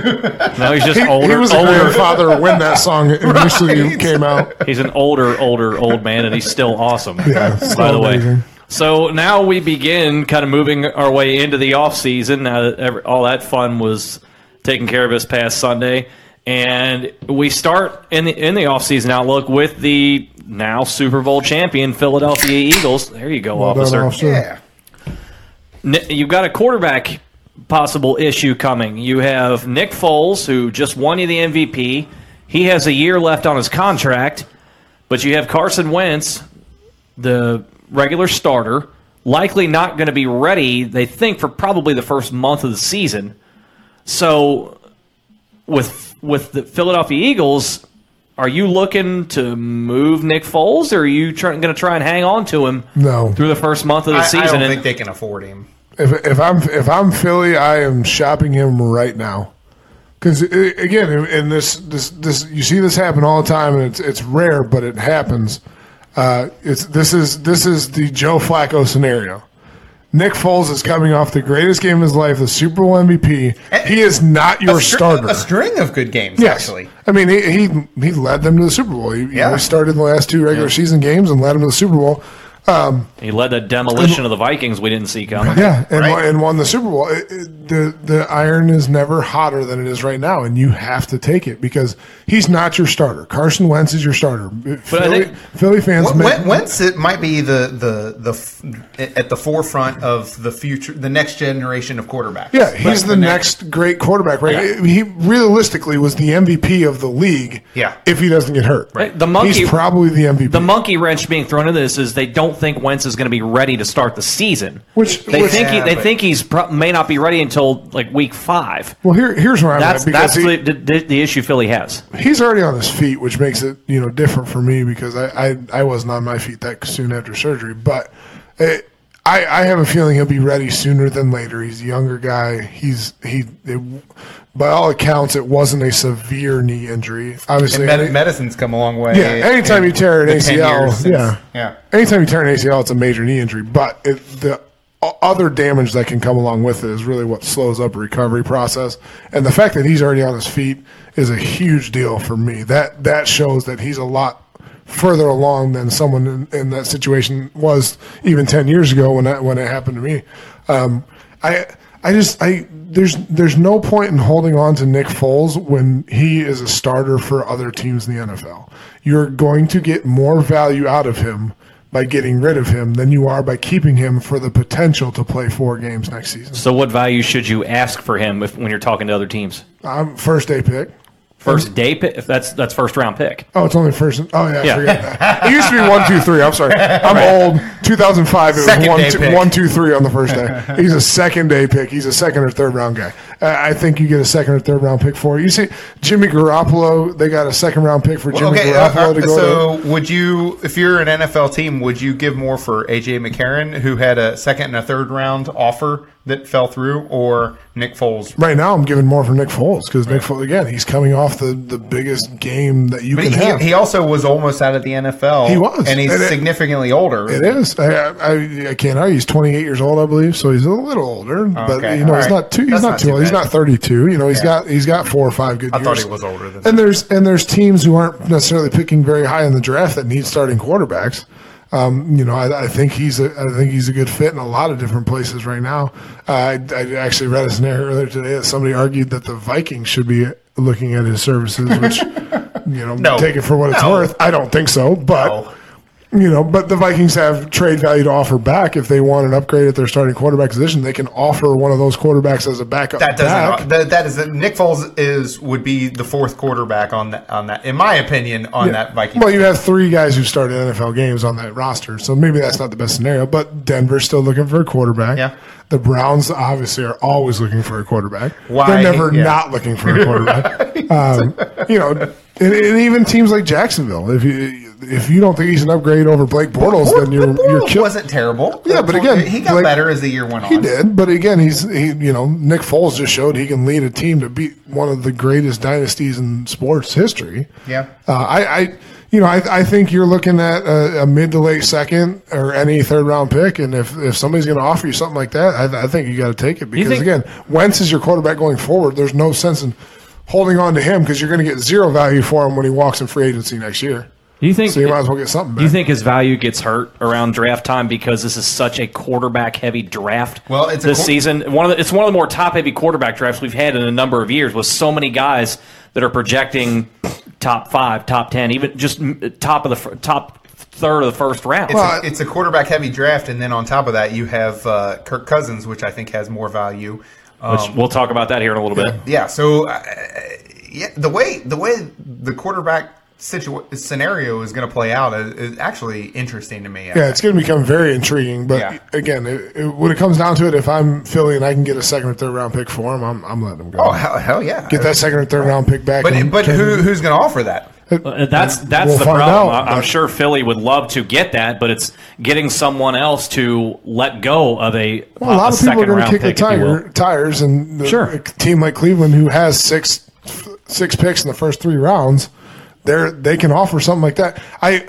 A: Now he's just
B: he,
A: older.
B: he was a
A: older.
B: grandfather when that song initially
C: Right.
B: came out.
A: He's an older, older old man, and he's still awesome.
B: Yeah,
A: by
B: still
A: the way.
B: amazing.
A: So now we begin kind of moving our way into the off season. Now that every, all that fun was taken care of this past Sunday, and we start in the in the off season outlook with the now Super Bowl champion Philadelphia Eagles. There you go,
B: Well done,
A: officer.
B: officer.
C: Yeah.
A: N- You've got a quarterback possible issue coming. You have Nick Foles, who just won you the MVP. He has a year left on his contract, but you have Carson Wentz, the regular starter, likely not going to be ready, they think, for probably the first month of the season. So with with the Philadelphia Eagles, are you looking to move Nick Foles, or are you try, going to try and hang on to him
B: No.
A: through the first month of the
C: I, I
A: season?
C: don't
A: And-
C: think they can afford him.
B: If, if I'm if I'm Philly, I am shopping him right now. Because again, and this this this you see this happen all the time, and it's it's rare, but it happens. Uh, it's this is this is the Joe Flacco scenario. Nick Foles is coming off the greatest game of his life, the Super Bowl MVP. He is not your
C: a str-
B: starter.
C: A string of good games,
B: Yes.
C: actually.
B: I mean, he, he he led them to the Super Bowl. He, you
C: Yeah.
B: know, he started the last two regular season games and led them to the Super Bowl.
A: He led the demolition of the Vikings we didn't see coming.
B: Yeah, and,
C: Right.
B: won- and won the Super Bowl. It- it- the the iron is never hotter than it is right now, and you have to take it because he's not your starter. Carson Wentz is your starter.
A: I
B: Philly,
A: think-
B: Philly fans,
C: Wen-
B: may-
C: Wen- Wentz it might be the the the f- at the forefront of the future, the next generation of quarterbacks.
B: yeah, he's
C: Like
B: the next great quarterback. Right? He realistically was the MVP of the league.
C: Yeah.
B: if he doesn't get hurt,
A: Right. The monkey-
B: he's probably the MVP.
A: The monkey wrench being thrown into this is they don't think Wentz is going to be ready to start the season.
B: Which-
A: they
B: which-
A: think he,
C: Yeah,
A: they
C: but-
A: think he's pro- may not be ready until like week five.
B: well, here here's where I'm
A: That's
B: at because
A: that's
B: he-
A: the, the, the issue Philly has.
B: he's already on his feet, which makes it you know different for me because I I, I wasn't on my feet that soon after surgery, but it, I I have a feeling he'll be ready sooner than later. He's a younger guy. He's he. It, by all accounts, it wasn't a severe knee injury. Obviously,
C: And med-
B: any-
C: medicine's come a long way.
B: yeah. Anytime
C: in
B: you tear an
C: the 10
B: ACL,
C: years since-
B: yeah,
C: yeah.
B: Anytime you tear an ACL, it's a major knee injury, but it, the o- other damage that can come along with it is really what slows up the recovery process. And the fact that he's already on his feet is a huge deal for me. That that shows that he's a lot further along than someone in, in that situation was even ten years ago when that when it happened to me. Um, I I just I there's there's no point in holding on to Nick Foles when he is a starter for other teams in the NFL. You're going to get more value out of him by getting rid of him than you are by keeping him for the potential to play four games next season.
A: So what value should you ask for him if, when you're talking to other teams?
B: Um, first day pick.
A: First day pick. If that's that's first round pick.
B: Oh, it's only first. Oh yeah, I
A: Yeah.
B: forgot that. It used to be one, two, three. I'm sorry, I'm old. 2005. It
C: Second
B: was one,
C: day
B: two,
C: pick.
B: one, two, three on the first day. He's a second day pick. He's a second or third round guy. Uh, I think you get a second or third round pick for it. You see, Jimmy Garoppolo. They got a second round pick for Jimmy
C: Okay, uh,
B: Garoppolo
C: uh,
B: to go. to,
C: so would you, if you're an NFL team, would you give more for AJ McCarron, who had a second and a third round offer that fell through, or Nick Foles?
B: Right now, I'm giving more for Nick Foles because Nick Foles again. He's coming off the, the biggest game that you
C: But
B: can have.
C: he, he also was almost out of the NFL.
B: He was.
C: and he's
B: And it-
C: significantly older.
B: It is. I, I, I can't argue. He's 28 years old, I believe, so he's a little older. But
C: Okay.
B: you know,
C: All
B: he's
C: right.
B: not too. He's
C: That's
B: not,
C: not
B: too
C: too
B: old. He's
C: bad.
B: not 32. You know, he's got he's got four or five good
C: I
B: years.
C: thought he was older than
B: And
C: that.
B: there's and there's teams who aren't necessarily picking very high in the draft that need starting quarterbacks. Um, you know, I, I think he's a I think he's a good fit in a lot of different places right now. Uh, I, I actually read a scenario earlier today that somebody argued that the Vikings should be looking at his services, which you know,
C: No.
B: take it for what it's
C: No.
B: worth. I don't think so, but
C: No.
B: you know, but the Vikings have trade value to offer back if they want an upgrade at their starting quarterback position. They can offer one of those quarterbacks as a backup.
C: That
B: back.
C: doesn't. That, that is Nick Foles is would be the fourth quarterback on that on that in my opinion on that Viking.
B: Well, you have three guys who started NFL games on that roster, so maybe that's not the best scenario. But Denver's still looking for a quarterback.
C: Yeah.
B: The Browns obviously are always looking for a quarterback.
C: Why?
B: They're never
C: Yeah.
B: not looking for a quarterback. um, you know, and, and even teams like Jacksonville. If you if you don't think he's an upgrade over Blake Bortles,
C: But
B: then you're
C: Bortles
B: you're killing.
C: wasn't terrible.
B: Yeah, but again,
C: he got
B: like-
C: better as the year went on.
B: He did, but again, he's he. You know, Nick Foles just showed he can lead a team to beat one of the greatest dynasties in sports history.
C: Yeah.
B: uh, I, I, you know, I, I think you're looking at a, a mid to late second or any third round pick, and if, if somebody's going to offer you something like that, I, I think you got to take it because
A: think-
B: again, Wentz is your quarterback going forward. There's no sense in holding on to him because you're going to get zero value for him when he walks in free agency next year.
A: Do you think?
B: So you might as well get something. Back.
A: do you think his value gets hurt around draft time because this is such a quarterback heavy draft?
C: Well, it's a
A: this
C: quar-
A: season one of the, it's one of the more top heavy quarterback drafts we've had in a number of years with so many guys that are projecting top five, top ten, even just mm, top of the fir- top third of the first round.
C: It's a-
B: Well, I-
C: uh, it's a quarterback heavy draft, and then on top of that, you have uh, Kirk Cousins, which I think has more value.
A: Which we'll talk about that here in a little bit.
C: Yeah. So, uh, yeah, the way the way the quarterback situ- scenario is going to play out is, is actually interesting to me.
B: Yeah, it's going to become very intriguing. But
C: Yeah.
B: again, it, it, when it comes down to it, if I'm Philly and I can get a second or third round pick for him, I'm, I'm letting him go.
C: Oh hell, hell yeah!
B: get that second or third round pick back.
C: But
B: and
C: but
B: turn-
C: who who's going to offer that?
A: Uh, That's that's
B: We'll
A: the
B: find
A: problem.
B: out,
A: I- I'm
B: but-
A: sure Philly would love to get that, but it's getting someone else to let go of a,
B: Well, a lot of people are
A: second
B: going to
A: round
B: kick the
A: pick, if you will.
B: tire, tires, and the,
A: Sure.
B: a team like Cleveland, who has six six picks in the first three rounds, they they can offer something like that. I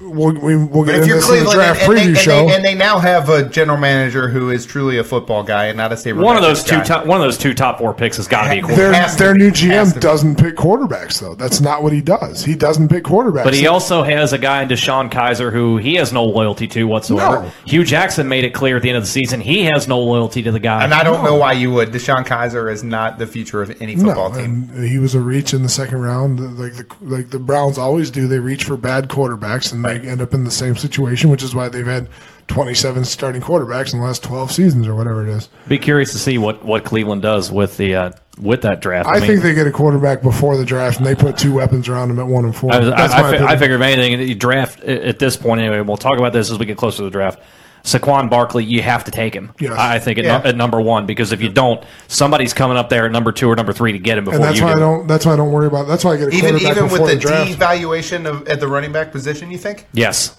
B: we'll, we, we'll get
C: If
B: into
C: you're
B: this in the
C: Cleveland, and,
B: draft
C: and they,
B: preview
C: and,
B: show.
C: they, and they now have a general manager who is truly a football guy and not a saber.
A: One of those two,
C: guy.
A: top, one of those two top four picks has got to be a quarterback.
B: their
C: Has to
B: their
C: be.
B: new
C: Has to
B: GM
C: be.
B: doesn't pick quarterbacks though. That's not what he does. He doesn't pick quarterbacks.
A: But he also has a guy in Deshaun Kaiser who he has no loyalty to whatsoever.
B: No.
A: Hugh Jackson made it clear at the end of the season he has no loyalty to the guy.
C: And I don't know why you would. Deshaun Kaiser is not the future of any
B: no,
C: football team.
B: and he was a reach in the second round, like the like the Browns always do. They reach for bad quarterbacks, and they end up in the same situation, which is why they've had twenty seven starting quarterbacks in the last twelve seasons or whatever it is.
A: Be curious to see what, what Cleveland does with the uh, with that draft.
B: I,
A: mean,
B: think they get a quarterback before the draft, and they put two weapons around him at one and four.
A: I, was-
B: That's
A: I, I
B: my
A: fi- I
B: opinion.
A: figure if anything, you draft a- at this point anyway. We'll talk about this as we get closer to the draft. Saquon Barkley, you have to take him.
B: Yes.
A: I I think at,
C: Yeah.
A: nu- at number one because if you don't, somebody's coming up there at number two or number three to get him before
B: and that's
A: you
B: why I
A: do.
B: don't. That's why I don't worry about. That's why I get a
C: Even
B: quarterback
C: even with
B: before
C: the,
B: the draft.
C: devaluation of at the running back position, you think?
A: Yes,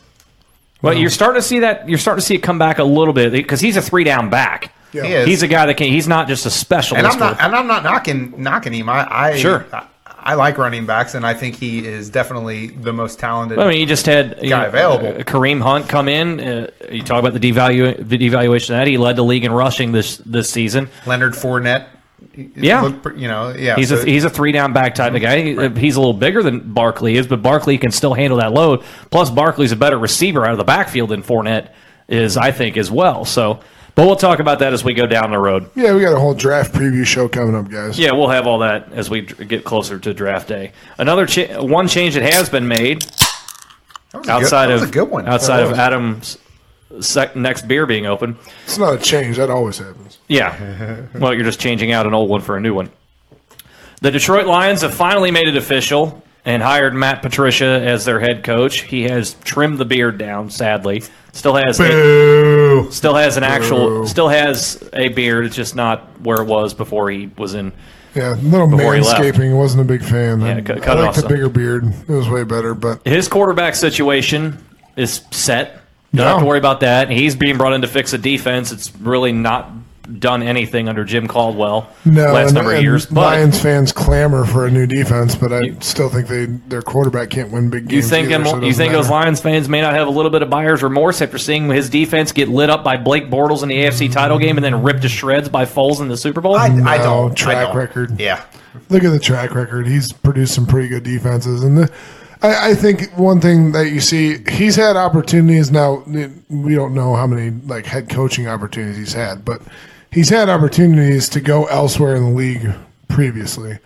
A: but you're starting to see that. You're starting to see it come back a little bit because he's a three down back.
B: Yeah.
C: He is.
A: He's a guy that can. He's not just a specialist.
C: and I'm not
A: for-
C: and I'm not knocking knocking him. I, I
A: Sure.
C: I, I like running backs, and I think he is definitely the most talented.
A: I mean, you just had you
C: Guy available.
A: uh, Kareem Hunt come in. Uh, you talk about the devalu- the devaluation of that he led the league in rushing this this season.
C: Leonard Fournette.
A: Yeah.
C: Look pr- you know, yeah.
A: He's
C: so-
A: a he's a three down back type of
C: Mm-hmm.
A: guy. He- He's a little bigger than Barkley is, but Barkley can still handle that load. Plus, Barkley's a better receiver out of the backfield than Fournette is, I think, as well. So, but we'll talk about that as we go down the road.
B: yeah, we got a whole draft preview show coming up, guys.
A: Yeah, we'll have all that as we dr- get closer to draft day. Another cha- one change that has been made
C: that was a good-
A: outside
C: that was
A: of
C: a good one.
A: outside
B: That
A: of
B: was.
A: Adam's sec- next beer being open.
B: It's not a change. That always happens.
A: Yeah. well, you're just changing out an old one for a new one. The Detroit Lions have finally made it official and hired Matt Patricia as their head coach. He has trimmed the beard down, sadly. Still has
B: Boo.
A: still has an actual
B: Boo.
A: still has a beard. It's just not where it was before he was in.
B: Yeah, little
A: Before he left.
B: manscaping. Wasn't a big fan. Yeah, I,
A: cut-
B: cut,
A: cut it
B: I like
A: off
B: the
A: some.
B: bigger beard. It was way better. But
A: His quarterback situation is set. You don't
B: Yeah.
A: have to worry about that. He's being brought in to fix a defense. It's really not done anything under Jim Caldwell
B: no,
A: last
B: and,
A: number of
B: and
A: years. But
B: Lions fans clamor for a new defense, but I still think they their quarterback can't win big
A: You
B: games.
A: think
B: either, so it
A: you
B: doesn't
A: think those
B: matter.
A: Lions fans may not have a little bit of buyer's remorse after seeing his defense get lit up by Blake Bortles in the AFC title game and then ripped to shreds by Foles in the Super Bowl?
C: I, I
B: No,
C: don't I
B: track
C: don't.
B: record.
C: Yeah.
B: look at the track record. He's produced some pretty good defenses, and the, I, I think one thing that you see, he's had opportunities. Now we don't know how many like head coaching opportunities he's had, but he's had opportunities to go elsewhere in the league previously,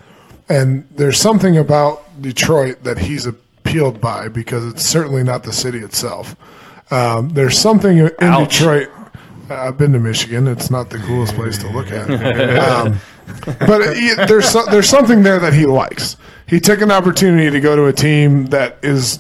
B: and there's something about Detroit that he's appealed by because it's certainly not the city itself. Um, there's something in
A: Ouch.
B: Detroit. I've been to Michigan. It's not the coolest place to look at. Um, but it, there's so, there's something there that he likes. He took an opportunity to go to a team that is,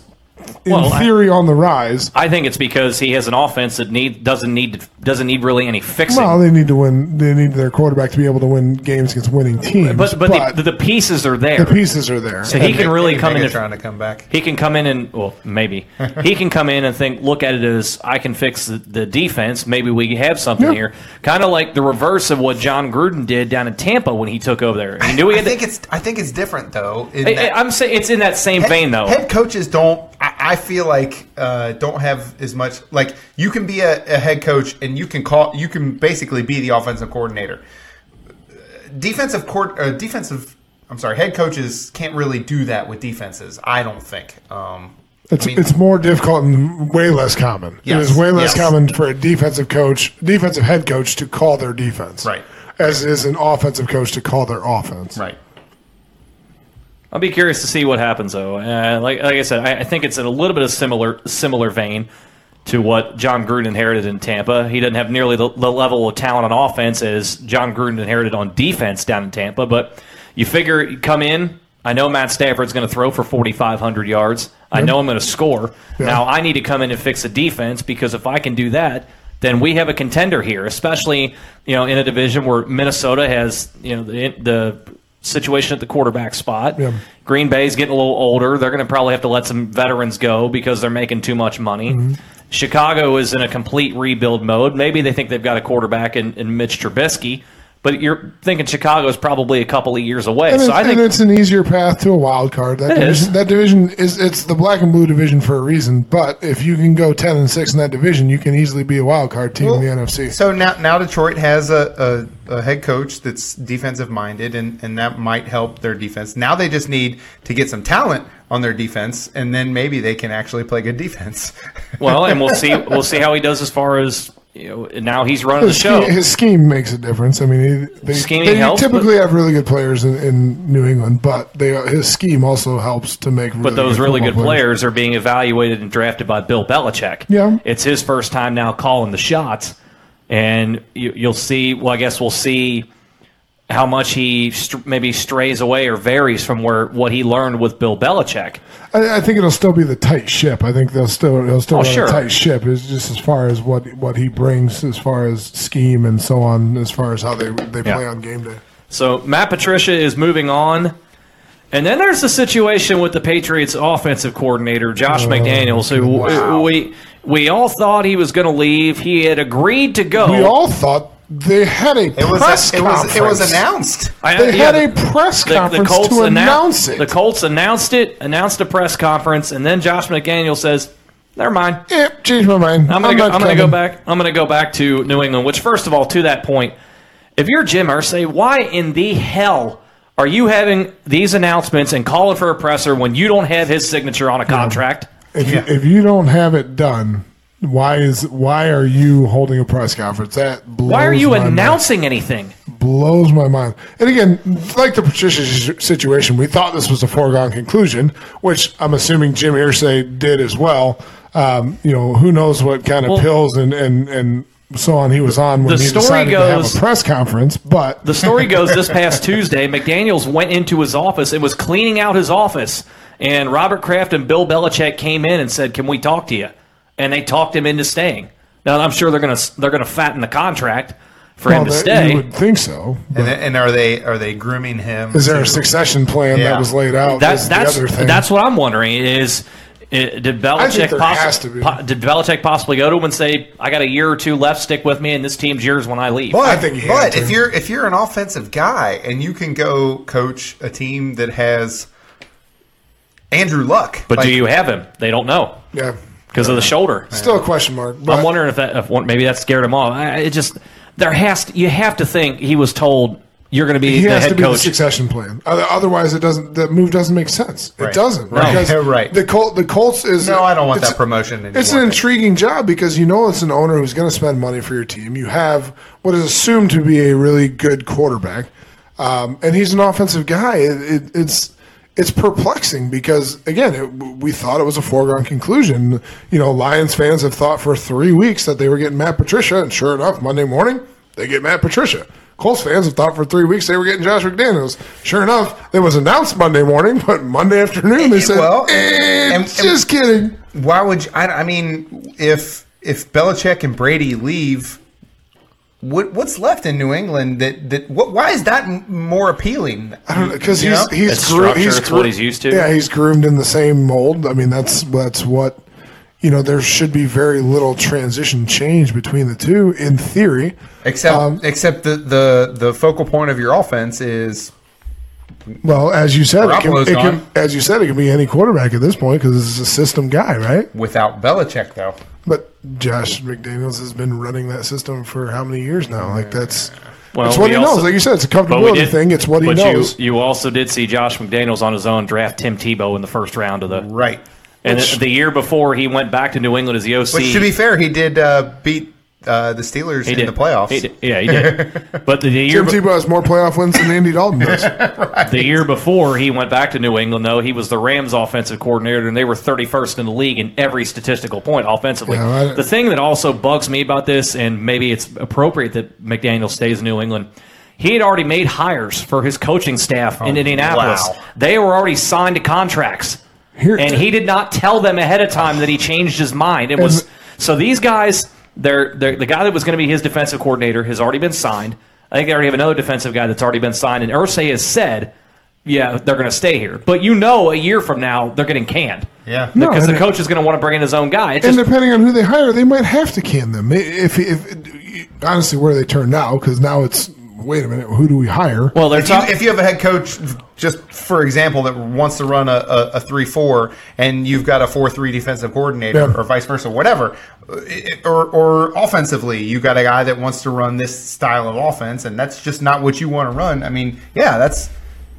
B: in
A: Well, I-
B: theory, on the rise.
A: I think it's because he has an offense that need doesn't need doesn't need really any fixing.
B: Well, they need to win. They need their quarterback to be able to win games against winning teams.
A: but but, the, the pieces are there.
B: the pieces are there.
A: so he
C: Big-
A: can really
C: big
A: come in.
C: Megatron
A: and-
C: trying to come back.
A: He can come in and well, maybe he can come in and think, look at it as I can fix the, the defense. Maybe we have something
B: Yeah.
A: here, kind of like the reverse of what John Gruden did down in Tampa when he took over there. He knew he
C: I
A: had the-
C: think it's I think it's different though. in
A: I-
C: that-
A: I- I'm saying it's in that same vein though.
C: Head coaches don't. I, I feel like uh, don't have as much. Like you can be a, a head coach and you can call. You can basically be the offensive coordinator. Defensive court. Uh, defensive. I'm sorry. Head coaches can't really do that with defenses. I don't think. Um,
B: It's,
C: I mean-
B: it's more difficult and way less common.
C: Yes,
B: it is way less
C: yes.
B: common for a defensive coach, defensive head coach, to call their defense,
C: Right.
B: As is an offensive coach to call their offense,
C: right.
A: I'll be curious to see what happens though. Uh, like like I said, I, I think it's in a little bit of similar similar vein to what John Gruden inherited in Tampa. He doesn't have nearly the, the level of talent on offense as John Gruden inherited on defense down in Tampa. But you figure you come in. I know Matt Stafford's going to throw for 4,500 yards. I know I'm going to score. Now I need to come in and fix the defense because if I can do that, then we have a contender here, especially you know in a division where Minnesota has you know the, the situation at the quarterback spot.
B: Yeah.
A: Green Bay's getting a little older. They're going to probably have to let some veterans go because they're making too much money.
B: Mm-hmm.
A: Chicago is in a complete rebuild mode. Maybe they think they've got a quarterback in, in Mitch Trubisky, but you're thinking Chicago is probably a couple of years away.
B: And,
A: So
B: it's,
A: I
B: and
A: think
B: it's an easier path to a wild card. That
A: It
B: division,
A: is.
B: that division is it's the black and blue division for a reason. But if you can go ten and six in that division, you can easily be a wild card team in the NFC.
C: So now, now Detroit has a, a, a head coach that's defensive minded, and, and that might help their defense. Now they just need to get some talent on their defense, and then maybe they can actually play good defense.
A: well, and we'll see we'll see how he does as far as you know. Now he's running the
B: His
A: show.
B: scheme, his scheme makes a difference. I mean, he, they,
A: Scheming
B: they
A: helps,
B: typically have really good players in, in New England, but they his scheme also helps to make. Really
A: But those really good
B: football
A: players are being evaluated and drafted by Bill Belichick.
B: Yeah.
A: It's his first time now calling the shots. And you, you'll see, well, I guess we'll see how much he str- maybe strays away or varies from where what he learned with Bill Belichick.
B: I, I think it'll still be the tight ship. I think they'll still they'll still
A: Oh,
B: run
A: sure.
B: a tight ship. Is just as far as what what he brings, as far as scheme and so on, as far as how they they
A: Yeah.
B: play on game day.
A: So Matt Patricia is moving on. And then there's the situation with the Patriots offensive coordinator,
B: Oh,
A: Josh McDaniels, who
C: wow.
A: we, we all thought he was going to leave. He had agreed to go.
B: We all thought they had a
C: It was
B: press
C: it was it
B: conference.
C: was announced.
A: I-
B: They
A: yeah,
B: had a press
A: the- the
B: conference
A: Colts
B: to
A: annou-
B: announce it.
A: The Colts announced it, announced a press conference, and then Josh McDaniel says, "Never mind,
B: Yep, changed my mind.
A: I'm gonna go,
B: not
A: I'm gonna go
B: coming.
A: back. I'm gonna go back to New England." Which, first of all, to that point, if you're Jim Irsay, why in the hell are you having these announcements and calling for a presser when you don't have his signature on a contract?
B: If,
C: Yeah.
B: you, if you don't have it done, why is why are you holding a press conference? That blows
A: Why are you
B: my mind.
A: announcing anything?
B: blows my mind. And again, like the Patricia si- situation, we thought this was a foregone conclusion, which I'm assuming Jim Irsay did as well. Um, you know, who knows what kind of
A: Well-
B: pills and, and, and so on he was on when
A: The
B: he
A: story
B: decided to
A: goes-
B: have a press conference, but
A: The story goes this past Tuesday, McDaniels went into his office and was cleaning out his office. And Robert Kraft and Bill Belichick came in and said, Can we talk to you? And they talked him into staying. Now, I'm sure they're going to they're gonna fatten the contract for
B: well,
A: him to
B: that-
A: stay.
B: you would think so.
C: And, and are they are they grooming him?
B: Is there a
C: to-
B: succession plan
C: Yeah.
B: that was laid out?
A: That's
B: is
A: that's,
B: the other thing.
A: that's what I'm wondering is. uh, Did Belichick,
B: there
A: possi-
B: has to be.
A: po- did Belichick possibly go to him and say, "I got a year or two left. Stick with me, and this team's yours when I leave"?
C: But,
B: I think he had
C: but
B: to.
C: if you're if you're an offensive guy and you can go coach a team that has Andrew Luck,
A: But
C: like,
A: do you have him? They don't know
B: yeah.
A: because of the shoulder.
B: Still a question mark. But
A: I'm wondering if that if one, maybe that scared him off. I, it just there has to, you have to think he was told you're going to be
B: he
A: the
B: has to
A: head
B: be the
A: coach.
B: succession plan. Other- Otherwise, it doesn't. That move doesn't make sense.
C: Right.
B: It doesn't.
C: Right.
B: because
C: Yeah, right.
B: The Colt. The Colts is.
C: No, I don't want
B: it's-
C: that promotion anymore.
B: It's an intriguing job because you know it's an owner who's going to spend money for your team. You have what is assumed to be a really good quarterback, um, and he's an offensive guy. It, it, it's it's perplexing because again, it, we thought it was a foregone conclusion. You know, Lions fans have thought for three weeks that they were getting Matt Patricia, and sure enough, Monday morning they get Matt Patricia. Colts fans have thought for three weeks they were getting Josh McDaniels. Sure enough, it was announced Monday morning, but Monday afternoon they said,
C: Well,
B: "Eh,
C: and-
B: just kidding."
C: why would you, I, I mean if if Belichick and Brady leave, what what's left in New England that that what, why is that m- more appealing?
B: I don't know because
C: You
B: he's
C: know?
B: he's
A: It's
B: groo-
A: structure, it's what he's used to.
B: Yeah, he's groomed in the same mold. I mean, that's that's what you know. There should be very little transition change between the two in theory.
C: Except
B: Um,
C: except the, the the focal point of your offense is
B: Well, as you said, it can,
C: Garoppolo's
B: it can,
C: gone.
B: as you said, it can be any quarterback at this point because this is a system guy, right?
C: without Belichick though.
B: But Josh McDaniels has been running that system for how many years now? Like that's.
A: Well,
B: it's what
A: we
B: he
A: also-
B: knows. Like you said, it's a
A: But we
B: comfortability
A: did-
B: thing. It's what he
A: but
B: knows.
A: You, you also did see Josh McDaniels on his own draft Tim Tebow in the first round of the
C: Right.
A: And the year before he went back to New England as the OC.
C: Which to be fair, he did uh, beat uh, the Steelers in
A: did.
C: the playoffs.
A: He did. Yeah, he did. but the, the year
B: Tim Tebow has more playoff wins than Andy Dalton does.
A: the year before he went back to New England, though, he was the Rams offensive coordinator, and they were 31st in the league in every statistical point offensively.
B: Yeah, I-
A: the thing that also bugs me about this, and maybe it's appropriate that McDaniel stays in New England, he had already made hires for his coaching staff
B: Oh,
A: in Indianapolis.
C: wow.
A: They were already signed to contracts.
B: Here-
A: and he did not tell them ahead of time that he changed his mind. It was so these guys, they're, they're the guy that was going to be his defensive coordinator has already been signed. I think they already have another defensive guy that's already been signed, and Ursay has said, yeah, they're going to stay here. But you know, a year from now, they're getting canned.
C: Yeah.
B: No,
A: because the
B: and-
A: coach is going to want to bring in his own guy. It's
B: and
A: just,
B: depending on who they hire, they might have to can them. If, if honestly, where they turn now, because now it's wait a minute, who do we hire?
A: well, they're
C: If you,
A: talking.
C: if you have a head coach, just for example, that wants to run a, a, a 3 4 and you've got a 4 3 defensive coordinator
B: Yeah.
C: or vice versa, whatever, it- or, or offensively, you've got a guy that wants to run this style of offense and that's just not what you want to run. I mean, yeah, that's.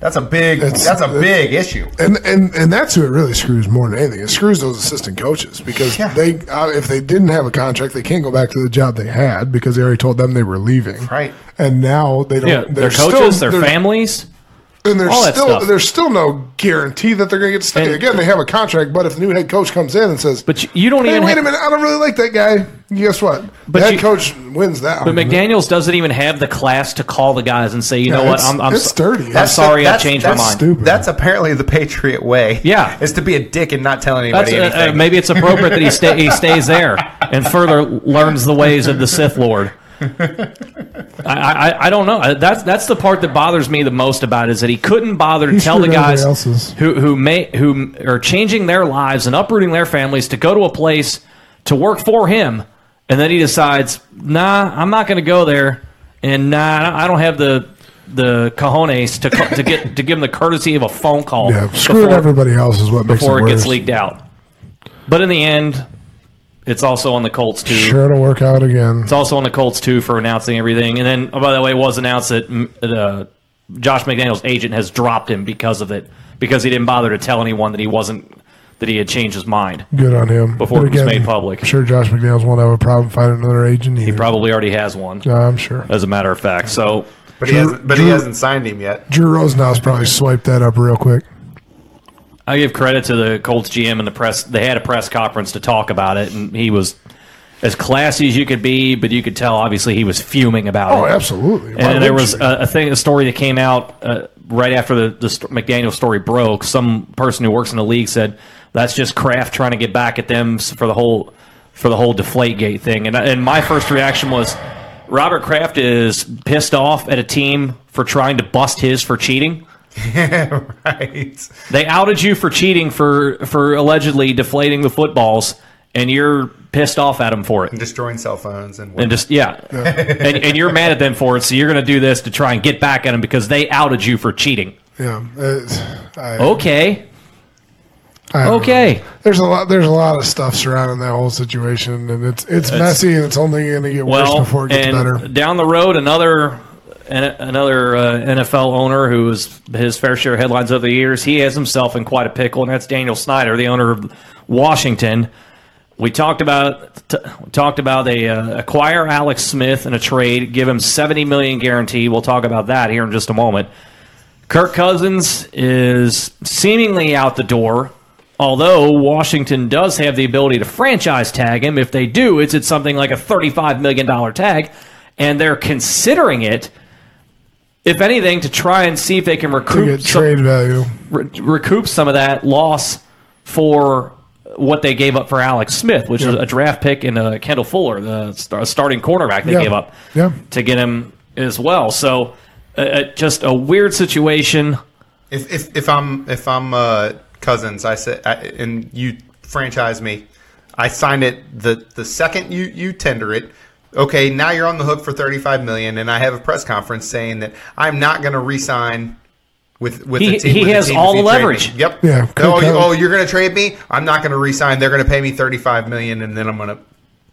C: That's a big.
B: It's-
C: that's a
B: it-
C: big issue.
B: and and and that's who it really screws more than anything. It screws those assistant coaches because
C: Yeah.
B: they uh, if they didn't have a contract, they can't go back to the job they had because they already told them they were leaving.
C: Right.
B: And now they don't.
A: yeah, their
B: they're
A: coaches,
B: still-
A: their
B: they're-
A: families.
B: and there's
A: all that
B: still
A: stuff.
B: there's still no guarantee that they're going to get to stay.
A: And-
B: Again, they have a contract, but if the new head coach comes in and says,
A: But you- you don't
B: hey,
A: even
B: wait
A: ha-
B: a minute, I don't really like that guy." Guess what?
A: But
B: But the head
A: you-
B: coach wins that.
A: But McDaniels doesn't even have the class to call the guys and say, you know what,
B: it's-
A: I'm, I'm
B: it's
A: so-
B: dirty.
A: I'm
B: That's-
A: sorry, I
C: that's-
A: changed my
C: that's
A: mind.
B: stupid.
C: That's apparently the Patriot way.
A: Yeah.
C: is to be a dick and not tell
A: That's,
C: anybody
A: uh, uh,
C: anything.
A: maybe it's appropriate that he, stay, he stays there and further learns the ways of the Sith Lord. I, I, I don't know. Uh, That's that's the part that bothers me the most about it, is that he couldn't bother to tell the
B: screwed everybody
A: guys
B: else's.
A: who who may who are changing their lives and uprooting their families to go to a place to work for him, and then he decides, nah, I'm not going to go there, and nah, I don't have the the cojones to co- to get to give him the courtesy of a phone call
B: yeah, screwing
A: before-
B: everybody else is what makes
A: before
B: it,
A: it
B: worse.
A: gets leaked out. But in the end, it's also on the Colts too.
B: Sure, it'll work out again.
A: It's also on the Colts too for announcing everything. And then, oh, by the way, it was announced that mm, uh, Josh McDaniels' agent has dropped him because of it, because he didn't bother to tell anyone that he wasn't that he had changed his mind.
B: Good on him.
A: Before
B: But
A: it was made public.
B: I'm sure Josh McDaniels won't have a problem finding another agent either. Uh,
A: He probably already has one,
B: I'm sure.
A: as a matter of fact. So
C: but he
B: Drew-
C: hasn't. But he
B: Drew-
C: hasn't signed him yet.
B: Drew Rosenhaus probably swiped that up real quick.
A: I give credit to the Colts GM and the press. They had a press conference to talk about it, and he was as classy as you could be, but you could tell obviously he was fuming about it.
B: Oh, absolutely. Why
A: and then there
B: wouldn't
A: was
B: you?
A: a, a thing, a story that came out uh, right after the, the st- McDaniel story broke. Some person who works in the league said that's just Kraft trying to get back at them s- for the whole for the whole Deflategate thing. And I- and my first reaction was Robert Kraft is pissed off at a team for trying to bust his for cheating.
C: right.
A: They outed you for cheating for for allegedly deflating the footballs, and you're pissed off at them for it.
C: Destroying cell phones and.
A: And just yeah, and, and you're mad at them for it, so you're going to do this to try and get back at them because they outed you for cheating.
B: yeah. it's- I-
A: Okay,
B: I don't
A: Oh, okay.
B: know. There's a lot. There's a lot of stuff surrounding that whole situation, and it's it's, messy, and it's only going to get
A: Well,
B: worse before it gets
A: and
B: better.
A: down the road, another an- another uh, NFL owner who is his fair share of headlines over the years, he has himself in quite a pickle, and that's Daniel Snyder, the owner of Washington. We talked about t- talked about they uh, acquire Alex Smith in a trade, give him seventy million guarantee. We'll talk about that here in just a moment. Kirk Cousins is seemingly out the door, although Washington does have the ability to franchise tag him. If they do, it's at something like a $35 million tag, and they're considering it, if anything, to try and see if they can
B: You
A: recoup
B: get
A: some,
B: trade value.
A: re- recoup some of that loss for what they gave up for Alex Smith, which is a draft pick and uh, Kendall Fuller, the star- starting cornerback they
B: Yeah.
A: gave up
B: Yeah.
A: to get him as well. So uh, uh, just a weird situation.
C: If, if if I'm if I'm uh, cousins, I said, I, and you franchise me, I sign it the the second you you tender it. Okay, now you're on the hook for 35 million, and I have a press conference saying that I'm not going to re-sign with with
A: He-
C: the team.
A: he
C: with
A: has
C: team
A: all
C: if you
A: the
C: trade me.
A: leverage.
C: Yep.
B: Yeah,
C: Oh,
B: Kirk
C: you,
B: Cousins.
C: oh, you're going to trade me? I'm not going to re-sign. They're going to pay me 35 million, and then I'm going to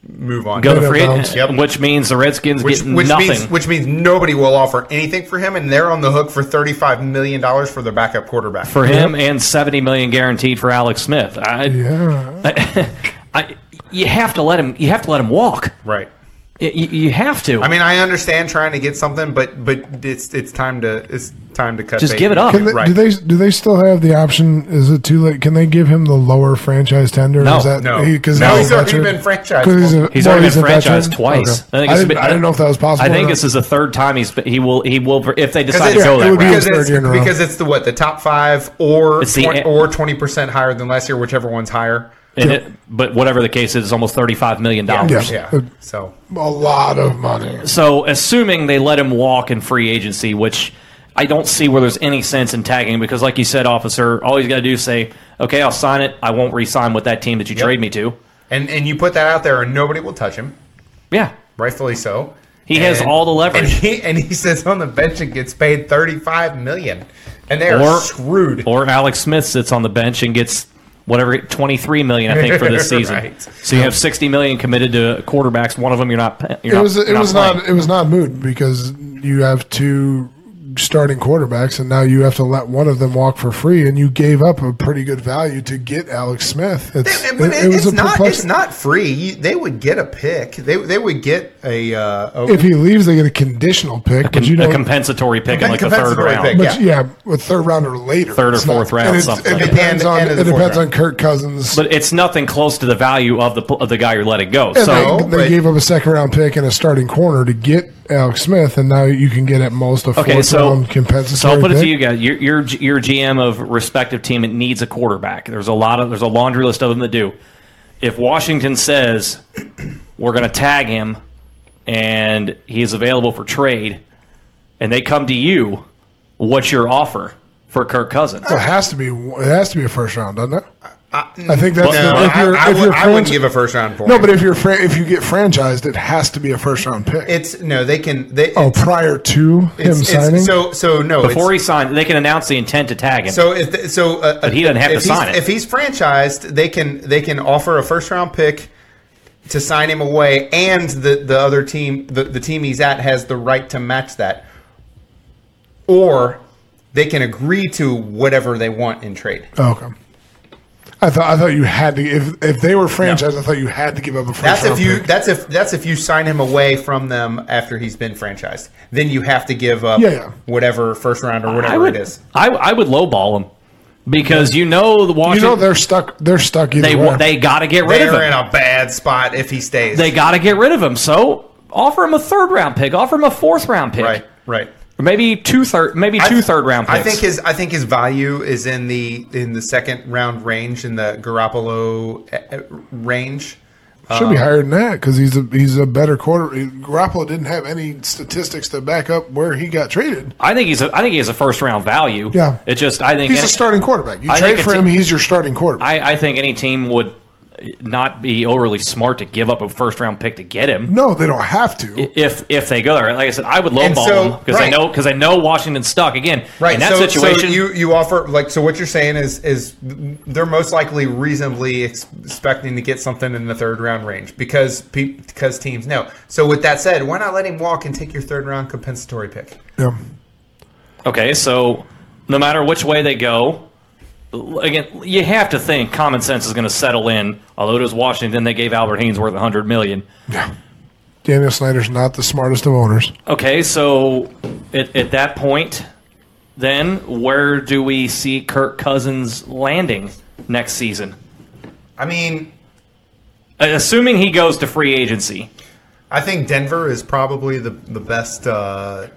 C: move on.
A: go
B: Go
A: to
B: to
A: free
B: bounce.
C: Yep.
A: which means the Redskins
C: which,
A: get
C: which
A: nothing.
C: means which means nobody will offer anything for him, and they're on the hook for 35 million dollars for their backup quarterback.
A: for him and 70 million guaranteed for Alex Smith. I,
B: Yeah.
A: I, you have to let him you have to let him walk.
C: Right.
A: Y- You, you have to.
C: I mean, I understand trying to get something, but but it's it's time to it's time to cut.
A: Just
C: bait.
A: give it up.
B: Can they,
C: Right.
B: Do they do they still have the option? Is it too late? Can they give him the lower franchise tender?
A: No.
B: is that,
C: No.
B: because
C: No,
B: he's,
C: he's
B: a
C: already
B: veteran?
C: been franchised
B: 'Cause a-
A: He's
B: well,
A: already been
B: a veteran?
A: franchised twice.
B: Okay. I,
A: it's
B: didn't,
A: been-
B: I didn't know if that was possible.
A: I
B: or
A: think
B: not.
A: this is the third time he's he will he will if they
C: Because
A: decide to
C: it's,
A: go
B: it
A: that
B: would be
A: route.
B: his
C: because,
B: third
C: it's,
B: year in a row.
C: because it's the what the top five or
A: It's the-
C: twen- or twenty percent higher than last year, whichever one's higher. Um,
A: And it- but whatever the case is, it's almost thirty-five million dollars.
B: Yeah.
C: Yeah. So
B: a lot of money.
A: So, assuming they let him walk in free agency, which I don't see where there's any sense in tagging, because, like you said, officer, all he's got to do is say, "Okay, I'll sign it. I won't re-sign with that team that you trade me to."
C: and and you put that out there, and nobody will touch him.
A: Yeah,
C: Rightfully so.
A: He has all the leverage.
C: And he and he sits on the bench and gets paid thirty five million, and they're
A: Or-
C: screwed.
A: or Alex Smith sits on the bench and gets whatever twenty-three million, I think, for this season.
C: Right.
A: So you have sixty million committed to quarterbacks. One of them you're not. You're
B: It
A: not-
B: was it
A: you're
B: was
A: playing.
B: not it was not moot because you have two starting quarterbacks and now you have to let one of them walk for free and you gave up a pretty good value to get Alex Smith. It's,
C: But
B: it, it was a
C: it's not. It's
B: perplexing.
C: not free. You, they would get a pick. They they would get a. Uh, a
B: If he leaves, they get a conditional pick, but you
A: a
B: don't.
A: compensatory pick in like the third
C: Compensatory
A: round.
C: pick,
B: but
C: yeah.
B: yeah. with third round or later,
A: Third or
B: It's not-
A: fourth round,
B: and it's-
A: something
B: It
A: like that.
B: depends
C: End-
B: on
C: end of
B: it
C: the fourth
B: depends on
C: round.
B: Kirk Cousins.
A: But it's nothing close to the value of the of the guy you're letting go.
B: And
A: so
B: they, they
C: but-
B: gave up a second round pick and a starting corner to get Alex Smith, and now you can get at most a fourth
A: Okay, so
B: round compensatory.
A: so I'll put it
B: pick.
A: to you guys. Your your your GM of respective team it needs a quarterback. There's a lot of there's a laundry list of them to do. If Washington says we're going to tag him and he is available for trade, and they come to you, what's your offer for Kirk Cousins?
B: It has to be. It has to be a first round, doesn't it? I think that's.
C: Uh, no,
B: the, if
C: I,
B: you're,
C: I
B: if
C: would,
B: you're
C: I wouldn't
B: franchi-
C: give a first round for
B: No,
C: him.
B: but if you're fran- if you get franchised, it has to be a first round pick.
C: it's no. They can. They
B: oh, prior to him
C: it's, it's-
B: signing.
C: So so no. it's-
A: Before he signed, they can announce the intent to tag him.
C: So if the, so, uh,
A: But he doesn't have to
C: if he's-
A: sign it.
C: If he's franchised, they can they can offer a first round pick to sign him away, and the the other team the, the team he's at has the right to match that, or they can agree to whatever they want in trade.
B: oh, okay. I thought I thought you had to if if they were franchised, I thought you had to give up a first
C: That's
B: round
C: if you
B: pick.
C: that's if that's if you sign him away from them after he's been franchised. Then you have to give up
B: Yeah, yeah.
C: whatever first round or whatever
A: I would
C: it is.
A: I, I would lowball him because you know the
B: you
A: Washington
B: know they're stuck. They're stuck either
A: they
B: way.
A: wa- they got to get rid
C: They
A: of him.
C: are in a bad spot if he stays.
A: they got to get rid of him. So offer him a third round pick. Offer him a fourth round pick.
C: right right.
A: Or maybe two third. Maybe
C: I-
A: two third round picks.
C: I think his I think his value is in the in the second round range in the Garoppolo eh, eh, range.
B: should
C: uh,
B: be higher than that because he's a he's a better quarter. Garoppolo didn't have any statistics to back up where he got traded.
A: I think he's. A, I think he has a first round value.
B: Yeah.
A: It just. I think.
B: He's
A: any-
B: a starting quarterback. You
A: I
B: trade
A: think
B: for
A: it's-
B: him, he's your starting quarterback.
A: I, I think any team would not be overly smart to give up a first round pick to get him.
B: no, they don't have to.
A: If if they go there, like I said, I would
C: And
A: lowball
C: so-
A: him because I
C: right.
A: know because I know Washington's stuck again.
C: Right.
A: In that
C: so,
A: situation,
C: so you you offer like so what you're saying is is they're most likely reasonably ex- expecting to get something in the third round range because pe- because teams know. So with that said, why not let him walk and take your third round compensatory pick?
B: Yeah.
A: Okay, so no matter which way they go, l- again, you have to think common sense is going to settle in. Although it was Washington, they gave Albert Hainsworth 100 million.
B: Daniel Snyder's not the smartest of owners.
A: Okay, so at, at that point, then where do we see Kirk Cousins landing next season?
C: I mean,
A: Uh, Assuming he goes to free agency,
C: I think Denver is probably the the best uh,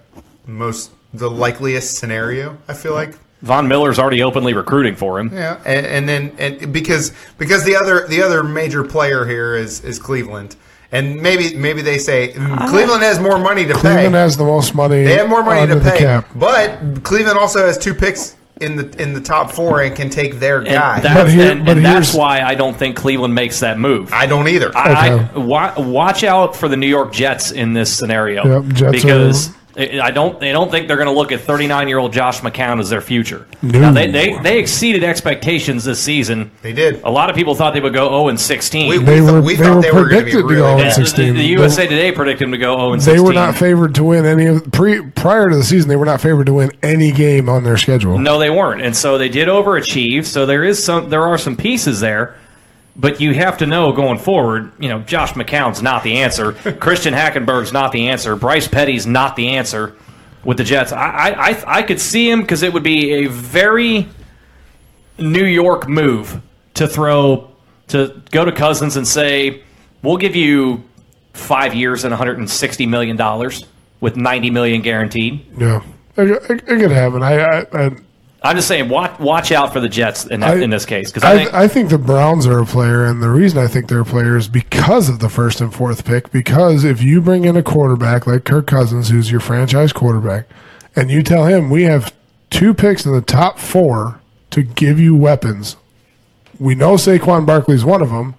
C: most the likeliest scenario. I feel like.
A: Von Miller's already openly recruiting for him.
C: Yeah, and, and then and because because the other the other major player here is is Cleveland, and maybe maybe they say "Mm, Cleveland has more money to
B: Cleveland
C: pay.
B: has the most money.
C: they have more money
B: under
C: to
B: the
C: pay,
B: cap.
C: but Cleveland also has two picks in the in the top four and can take their
A: And,
C: guy.
A: that's,
B: But here-
A: and,
B: but
A: and that's
B: here's-
A: why I don't think Cleveland makes that move.
C: I don't either.
A: I,
B: Okay.
A: wa- watch out for the New York Jets in this scenario
B: Yep, Jets are-
A: because I I don't they don't think they're going to look at 39 year old Josh McCown as their future.
B: No.
A: Now they, they they exceeded expectations this season.
C: they did.
A: A lot of people thought they would go 0 and 16.
C: We, we,
B: They
C: thought-
B: were-
C: we
B: they
C: thought
B: were
C: they were going to be
B: predicted to
C: really
A: Yeah,
B: go
C: bad.
A: the-
B: 16.
A: The, the USA Today predicted them to go 0 and 16.
B: They were not favored to win any of pre prior to the season. They were not favored to win any game on their schedule.
A: No, they weren't, and so they did overachieve. So there is some, there are some pieces there, But you have to know going forward, you know, Josh McCown's not the answer. Christian Hackenberg's not the answer. Bryce Petty's not the answer with the Jets. I I, I, I could see him because it would be a very New York move to throw to go to Cousins and say, "We'll give you five years and 160 million dollars with 90 million guaranteed."
B: Yeah, it, it, it could happen. I, I, I
A: I'm just saying, watch watch out for the Jets in,
B: I-
A: in this case because I, think
B: I think the Browns are a player, and the reason I think they're a player is because of the first and fourth pick. Because if you bring in a quarterback like Kirk Cousins, who's your franchise quarterback, and you tell him we have two picks in the top four to give you weapons, we know Saquon Barkley's one of them.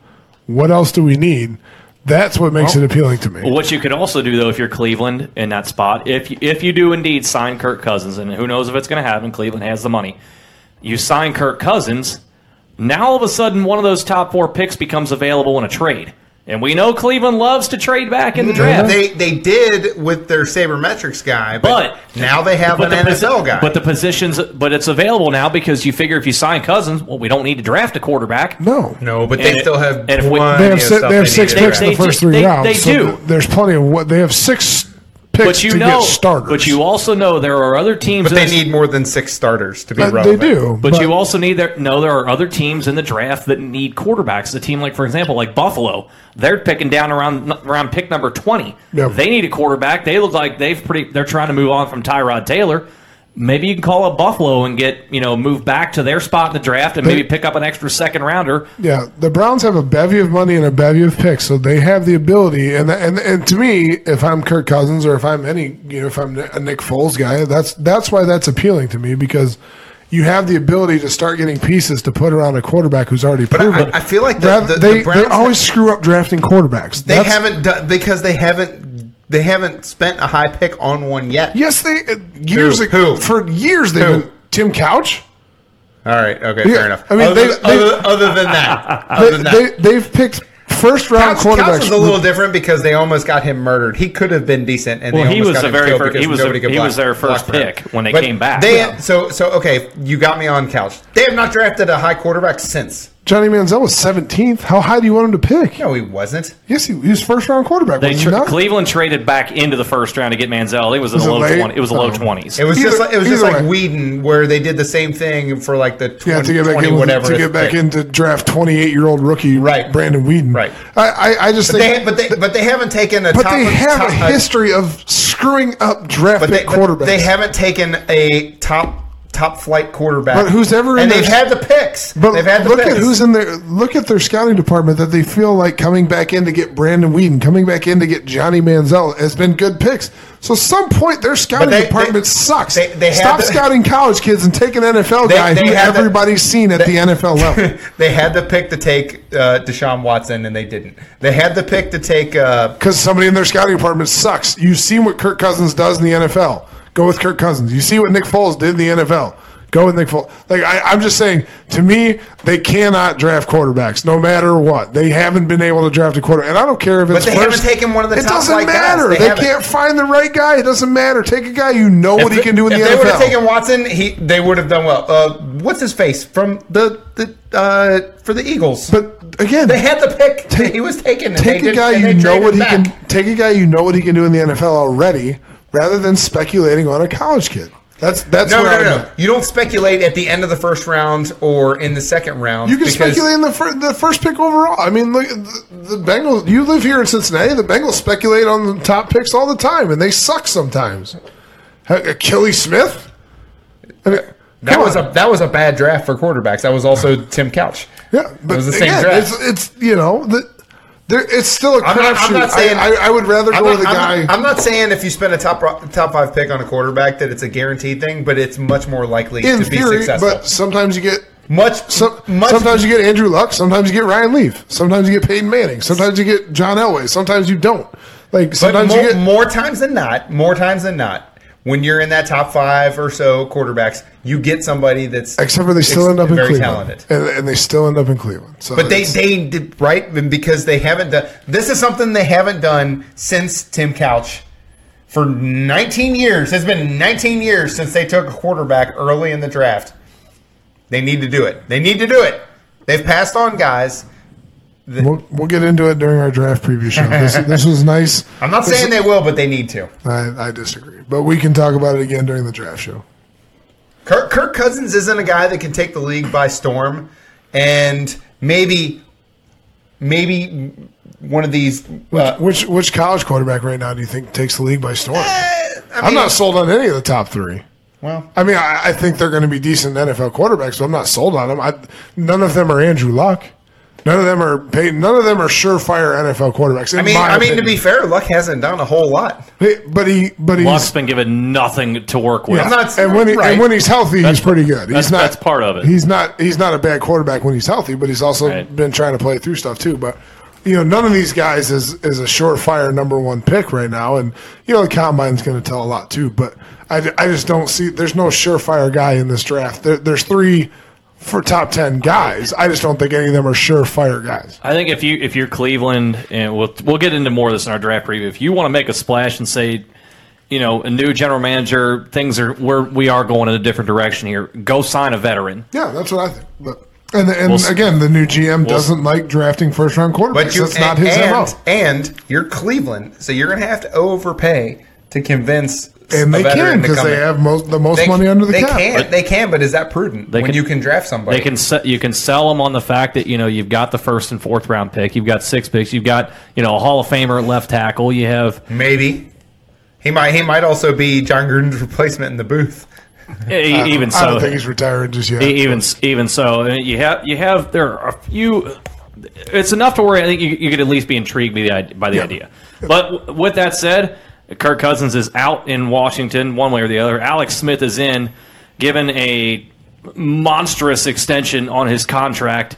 B: What else do we need? That's what makes it appealing to me.
A: What you could also do, though, if you're Cleveland in that spot, if you, if you do indeed sign Kirk Cousins, and who knows if it's going to happen, Cleveland has the money. You sign Kirk Cousins, now all of a sudden one of those top four picks becomes available in a trade, and we know Cleveland loves to trade back in the draft.
C: They they did with their sabermetrics guy, but,
A: But-
C: now they have an
A: the posi-
C: NFL guy.
A: but the positions, but it's available now because you figure if you sign Cousins, well, we don't need to draft a quarterback.
B: No,
C: no, but they
A: And-
C: still have
A: and if we-
C: plenty
B: they have
C: of
B: si-
C: stuff
B: they have
C: need
B: six
C: to
B: picks in
C: draft.
B: the first three
A: they-
B: rounds.
A: they do.
B: th- There's plenty of what they have six picks
A: But you
B: to
A: know,
B: get starters.
A: but you also know there are other teams. in
C: But they
A: this-
C: need more than six starters to be
B: But they
C: relevant.
B: do.
A: But, you also need there. No, there are other teams in the draft that need quarterbacks. A team like, for example, like Buffalo, they're picking down around around pick number twenty.
B: Yep.
A: They need a quarterback. They look like they've pretty. They're trying to move on from Tyrod Taylor. Maybe you can call up Buffalo and get you know move back to their spot in the draft and maybe pick up an extra second rounder.
B: Yeah, the Browns have a bevy of money and a bevy of picks, so they have the ability. And and and to me, if I'm Kirk Cousins or if I'm any, you know, if I'm a Nick Foles guy, that's that's why that's appealing to me because you have the ability to start getting pieces to put around a quarterback who's already
C: I-
B: proven.
C: I feel like the-
B: Rather-
C: the- the
B: they
C: Browns
B: they always screw up drafting quarterbacks.
C: They
B: That's-
C: haven't done because they haven't they haven't spent a high pick on one yet.
B: Yes, they uh, years
C: Who?
B: ago
C: Who?
B: for years they've
C: Who?
B: been Tim Couch.
C: All right. Okay.
B: Yeah,
C: Fair enough.
B: I mean,
C: other,
B: they-
C: other,
B: they-
C: other than that, other
B: They,
C: than
B: they
C: that.
B: they've picked first round
C: Couch,
B: quarterbacks.
C: Couch was a little different because they almost got him murdered. He could have been decent, and
A: Well,
C: they
A: he
C: almost
A: was
C: got
A: the
C: him
A: very
C: killed
A: fir-
C: because
A: he was-
C: nobody could
A: he
C: block-
A: was their first
C: block for him.
A: pick when they
C: But
A: came back.
C: They
A: Yeah.
C: so so okay. You got me on couch. They have not drafted a high quarterback since.
B: Johnny Manziel was seventeenth. How high do you want him to pick?
C: No, he wasn't.
B: Yes, he, he was first round quarterback.
A: They
B: was he
A: tra-
B: not?
A: Cleveland traded back into the first round to get Manziel. It was in
B: Was
A: the
B: it
A: low
B: late?
A: twenty. It was the
B: Oh.
A: low twenties.
C: It was
B: Either-
C: just like, it was just
B: either
C: like
B: way.
C: Whedon, where they did the same thing for like the 20,
B: Yeah, to get back
C: 20
B: in with-
C: whatever.
B: to get back
C: pick.
B: into draft twenty eight year old rookie
C: Right.
B: Brandon Whedon.
C: Right.
B: I, I, I just
C: But
B: think
C: they, but they but they haven't taken a
B: but
C: top,
B: they have
C: top,
B: a history of screwing up draft
C: but
B: pick
C: they, but
B: quarterbacks.
C: they haven't taken a top top flight quarterback.
B: But who's ever in
C: and
B: their-
C: they've had the picks.
B: But
C: they've had the
B: look
C: picks.
B: at who's in there. Look at their scouting department that they feel like coming back in to get Brandon Whedon, coming back in to get Johnny Manziel has been good picks. So at some point their scouting
C: they-
B: department
C: they-
B: sucks.
C: they- they had
B: Stop
C: the-
B: scouting college kids and take an NFL
C: They-
B: guy
C: they
B: who
C: had the-
B: everybody's seen at the NFL level.
C: they had the pick to take uh, Deshaun Watson, and they didn't. They had the pick to take. Uh,
B: because somebody in their scouting department sucks. You've seen what Kirk Cousins does in the NFL. Go with Kirk Cousins. You see what Nick Foles did in the NFL. Go with Nick Foles. Like I, I'm just saying, to me, they cannot draft quarterbacks no matter what. They haven't been able to draft a quarter, and I don't care if it's
C: they haven't
B: first-
C: taken one of the
B: It
C: top
B: doesn't
C: flight guys.
B: matter.
C: They
B: They,
C: haven't.
B: can't find the right guy. It doesn't matter. Take a guy you know what he can do in
C: if
B: the
C: they would
B: NFL.
C: have taken Watson, he they would have done well. Uh, what's his face from the the uh, for the Eagles?
B: but again,
C: they had the pick.
B: Take-
C: he was taken. and
B: take a
C: they did-
B: guy
C: and they
B: you know
C: traded
B: what he
C: back.
B: can take a guy you know what he can do in the NFL already, rather than speculating on a college kid. That's that's
C: No,
B: where
C: no,
B: I'm
C: no,
B: at.
C: no. You don't speculate at the end of the first round or in the second round.
B: You can
C: because-
B: speculate in the, fir- the first pick overall. I mean, look, the, the Bengals. You live here in Cincinnati. The Bengals speculate on the top picks all the time, and they suck sometimes. Ha- Achilles Smith. I mean,
C: That
B: come
C: was
B: on.
C: a that was a bad draft for quarterbacks. That was also Tim Couch.
B: yeah, but
C: it was the same
B: again,
C: draft.
B: It's, it's you know the, there, it's still a
C: I'm not- I'm not
B: crapshoot.
C: saying-
B: I, I, I would rather
C: I'm
B: go
C: not,
B: with a
C: I'm
B: guy.
C: not- I'm not saying if you spend a top ro- top five pick on a quarterback that it's a guaranteed thing, but it's much more likely
B: in
C: to be
B: theory,
C: successful.
B: but sometimes you get
C: much,
B: some,
C: much
B: sometimes you get Andrew Luck, sometimes you get Ryan Leaf, sometimes you get Peyton Manning, sometimes you get John Elway, sometimes you don't. Like
C: but
B: sometimes
C: more,
B: you get
C: more times than not, more times than not, when you're in that top five or so quarterbacks, you get somebody that's
B: except for they still
C: ex-
B: end up in
C: very
B: Cleveland,
C: talented.
B: and, and they still end up in Cleveland. So
C: But they
B: it's-
C: they did right and because they haven't done. This is something they haven't done since Tim Couch for 19 years. It's been 19 years since they took a quarterback early in the draft. They need to do it. They need to do it. They've passed on guys.
B: We'll, we'll get into it during our draft preview show. This, this was nice.
C: I'm not saying they will, but they need to.
B: I, I disagree, but we can talk about it again during the draft show.
C: Kirk, Kirk Cousins isn't a guy that can take the league by storm, and maybe, maybe one of these. Uh,
B: Which which college quarterback right now do you think takes the league by storm?
C: eh, I
B: I'm
C: mean,
B: not sold on any of the top three.
C: Well,
B: I mean, I, I think they're going to be decent NFL quarterbacks, but I'm not sold on them. I, none of them are Andrew Luck. None of them are Peyton. None of them are surefire NFL quarterbacks. in
C: I mean,
B: my
C: I mean to
B: opinion.
C: be fair, Luck hasn't done a whole lot.
B: Hey, but he, but he's
A: Luck's been given nothing to work with.
C: I'm not-
B: and when he,
C: right.
B: and when he's healthy, he's pretty good. He's
A: that's-
B: not
A: that's part of it.
B: He's not he's not a bad quarterback when he's healthy, but he's also
A: Right.
B: been trying to play through stuff too. But you know, none of these guys is is a surefire number one pick right now, and you know the combine's going to tell a lot too. But I, I just don't see there's no surefire guy in this draft. There, there's three for top ten guys. I just don't think any of them are surefire guys.
A: I think if you if you're Cleveland, and we'll we'll get into more of this in our draft preview. If you want to make a splash and say, you know, a new general manager, things are where we are going in a different direction here. Go sign a veteran.
B: Yeah, that's what I think. But, and and
A: We'll s-
B: again, the new GM doesn't like drafting first round quarterbacks.
C: But you
B: that's not his
C: and,
B: MO.
C: And, and you're Cleveland, so you're going to have to overpay to convince.
B: and
C: a
B: they
C: veteran
B: can
C: to
B: because
C: come
B: they
C: in.
B: have most, the most
C: They-
B: money under the
C: they
B: cap.
C: Can, they can, but is that prudent? when
A: can-
C: you can draft somebody,
A: They can se- you can sell them on the fact that you know you've got the first and fourth round pick, you've got six picks, you've got you know a Hall of Famer at left tackle, you have
C: maybe he might. He might also be John Gruden's replacement in the booth.
A: e- even
B: I don't
A: so
B: think he's retiring just yet.
A: E- even even so, I mean, you have you have there are a few. It's enough to where I think you, you could at least be intrigued by the idea, by the idea. But w- with that said, Kirk Cousins is out in Washington one way or the other. Alex Smith is in, given a monstrous extension on his contract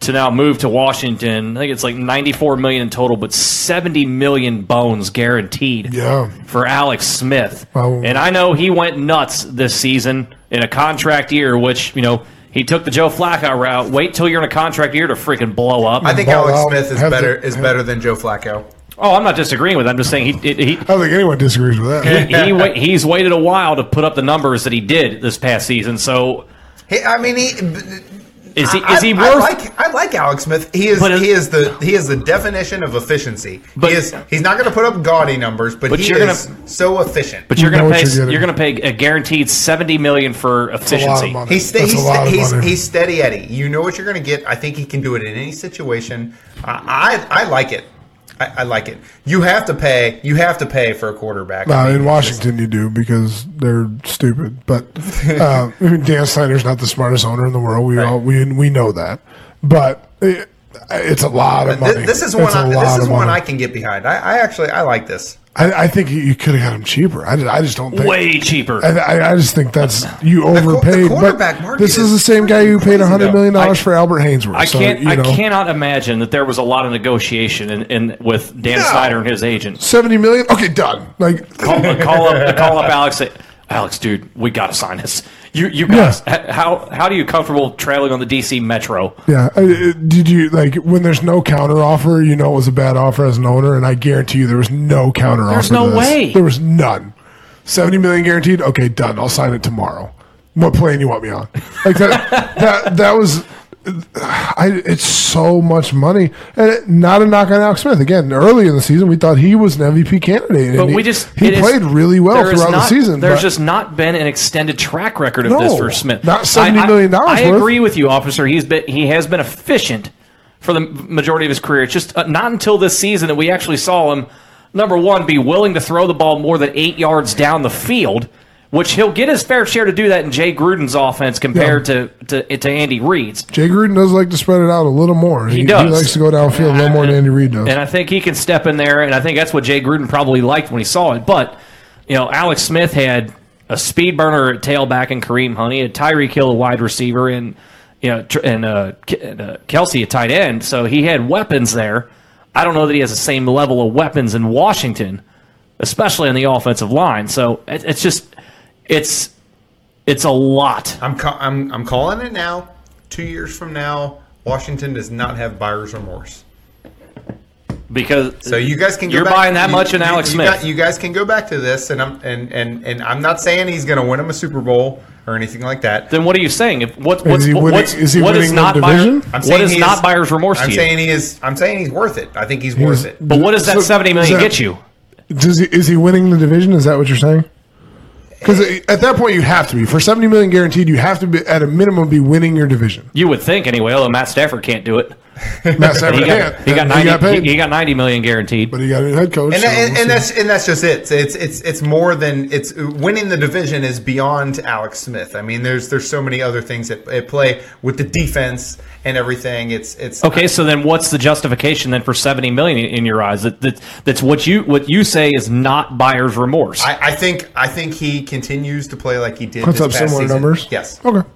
A: to now move to Washington. I think it's like 94 million in total, but 70 million bones guaranteed
B: yeah,
A: for Alex Smith.
B: Wow.
A: And I know he went nuts this season in a contract year, which, you know, he took the Joe Flacco route. Wait till you're in a contract year to freaking blow up.
C: I think
B: Ball
C: Alex
B: out,
C: Smith is
B: have
C: better
B: the-
C: is better than Joe Flacco.
A: oh, I'm not disagreeing with him. I'm just saying he, he,
B: I don't think anyone disagrees with that.
A: he, he wa- he's waited a while to put up the numbers that he did this past season. So
C: He, I mean, he
A: is he,
C: I,
A: is he
C: I
A: worth.
C: like I like Alex Smith. He is
A: But it-
C: he is the he is the definition of efficiency.
A: But-
C: he is he's not going to put up gaudy numbers, but,
A: But
C: he
A: you're gonna-
C: is so efficient.
A: but you're
B: You know
A: going to
B: what
A: pay
B: you're
A: you're,
B: getting.
A: going to pay a guaranteed 70 million for
B: That's a lot
A: efficiency.
B: of money.
C: He's, ste-
B: That's
C: he's,
B: a lot
C: ste-
B: of
C: he's,
B: money.
C: he's steady Eddie. You know what you're going to get. I think he can do it in any situation. I I, I like it. I, I like it. You have to pay. You have to pay for a quarterback.
B: no,
C: I mean,
B: in Washington you do because they're stupid. But uh, I mean, Dan Snyder's not the smartest owner in the world. We all we we know that. But it, it's a lot of
C: thi-
B: money.
C: this,
B: It's
C: is one.
B: a
C: I,
B: lot
C: this is
B: of
C: one I
B: money.
C: can get behind. I, I actually I like this.
B: I, I think you- you could have got him cheaper. I, just- I just don't think.
A: Way cheaper.
B: I, I, I just think that's you
C: the
B: overpaid.
C: quarterback
B: but
C: market
B: this is
C: is
B: the same guy who paid
C: crazy,
B: hundred million
A: though. I-
B: dollars for Albert Hainsworth.
A: I
B: So,
A: can't.
B: you know.
A: I cannot imagine that there was a lot of negotiation in, in with Dan Snyder and his agent.
B: 70 million? Okay, done. Like,
A: call, call up call up Alex. Say, Alex, dude, we got to sign this. You you guys, h- how how do you comfortable traveling on the DC Metro?
B: yeah. I- I- Did you, like, when there's no counter offer, you know it was a bad offer as an owner, and I guarantee you there was no counter offer.
A: There's no
B: to this.
A: way.
B: There was none. 70 million guaranteed? Okay, done. I'll sign it tomorrow. What plane you want me on? Like, that, that, that was. I, it's so much money, and it, not a knock on Alex Smith. Again, early in the season, we thought he was an MVP candidate, and
A: But
B: he,
A: we just
B: he
A: it is-
B: played really well
A: there is
B: throughout the
A: not-
B: season.
A: There's
B: but-
A: just not been an extended track record of
B: No,
A: this for Smith.
B: not
A: I-
B: $70 million
A: I, I
B: worth.
A: agree with you, officer. He's been he has been efficient for the majority of his career. It's just uh, not until this season that we actually saw him number one be willing to throw the ball more than eight yards down the field. Which he'll get his fair share to do that in Jay Gruden's offense compared to, to to Andy Reid's.
B: Jay Gruden does like to spread it out a little more. He,
A: does.
B: likes to go downfield a little more than Andy Reid does.
A: And I think he can step in there, and I think that's what Jay Gruden probably liked when he saw it. But, you know, Alex Smith had a speed burner at tailback and Kareem Honey, a Tyreek Hill at wide receiver, and, you know, tr- and, uh, K- and uh, Kelsey at tight end. So he had weapons there. I don't know that he has the same level of weapons in Washington, especially on the offensive line. So it, it's just, it's, it's a lot.
C: I'm ca- I'm I'm calling it now. Two years from now, Washington does not have buyer's remorse.
A: because
C: So you guys can. Go
A: you're
C: back-
A: buying that
C: you-
A: much in
C: you-
A: Alex
C: you
A: Smith.
C: got- you guys can go back to this, and I'm and and and I'm not saying he's going to win him a Super Bowl or anything like that.
A: then what are you saying? If what what's
B: he winning-
A: what's
B: is he
A: what
B: winning
A: is
B: the
A: not buyer,
B: division?
C: I'm
A: what
C: saying
A: is
C: he
A: not buyer's remorse
C: I'm
A: to you?
C: saying he is. I'm saying he's worth it. I think he's worth it.
A: but what does that
B: So-
A: seventy million
B: so-
A: get you?
B: Does he, is he winning the division? Is that what you're saying? Because at that point, you have to be for seventy million guaranteed. You have to be at a minimum be winning your division.
A: You would think anyway. Although Matt Stafford can't do it.
B: Matt Stafford
A: He got,
B: can't.
A: he got
B: And
A: ninety.
B: paid,
A: he- he got ninety million guaranteed.
B: but he got a new head coach.
C: And,
B: so
C: that- and,
B: we'll see.
C: and that's and that's just it. It's it's it's more than it's winning the division is beyond Alex Smith. I mean, there's there's so many other things at, at play with the defense and everything. It's it's
A: Okay, so then what's the justification then for seventy million in your eyes? That, that that's what you what you say is not buyer's remorse.
C: I, I think I think he continues to play like he did.
B: puts
C: this
B: up
C: past
B: similar
C: season.
B: numbers.
C: Yes.
B: Okay,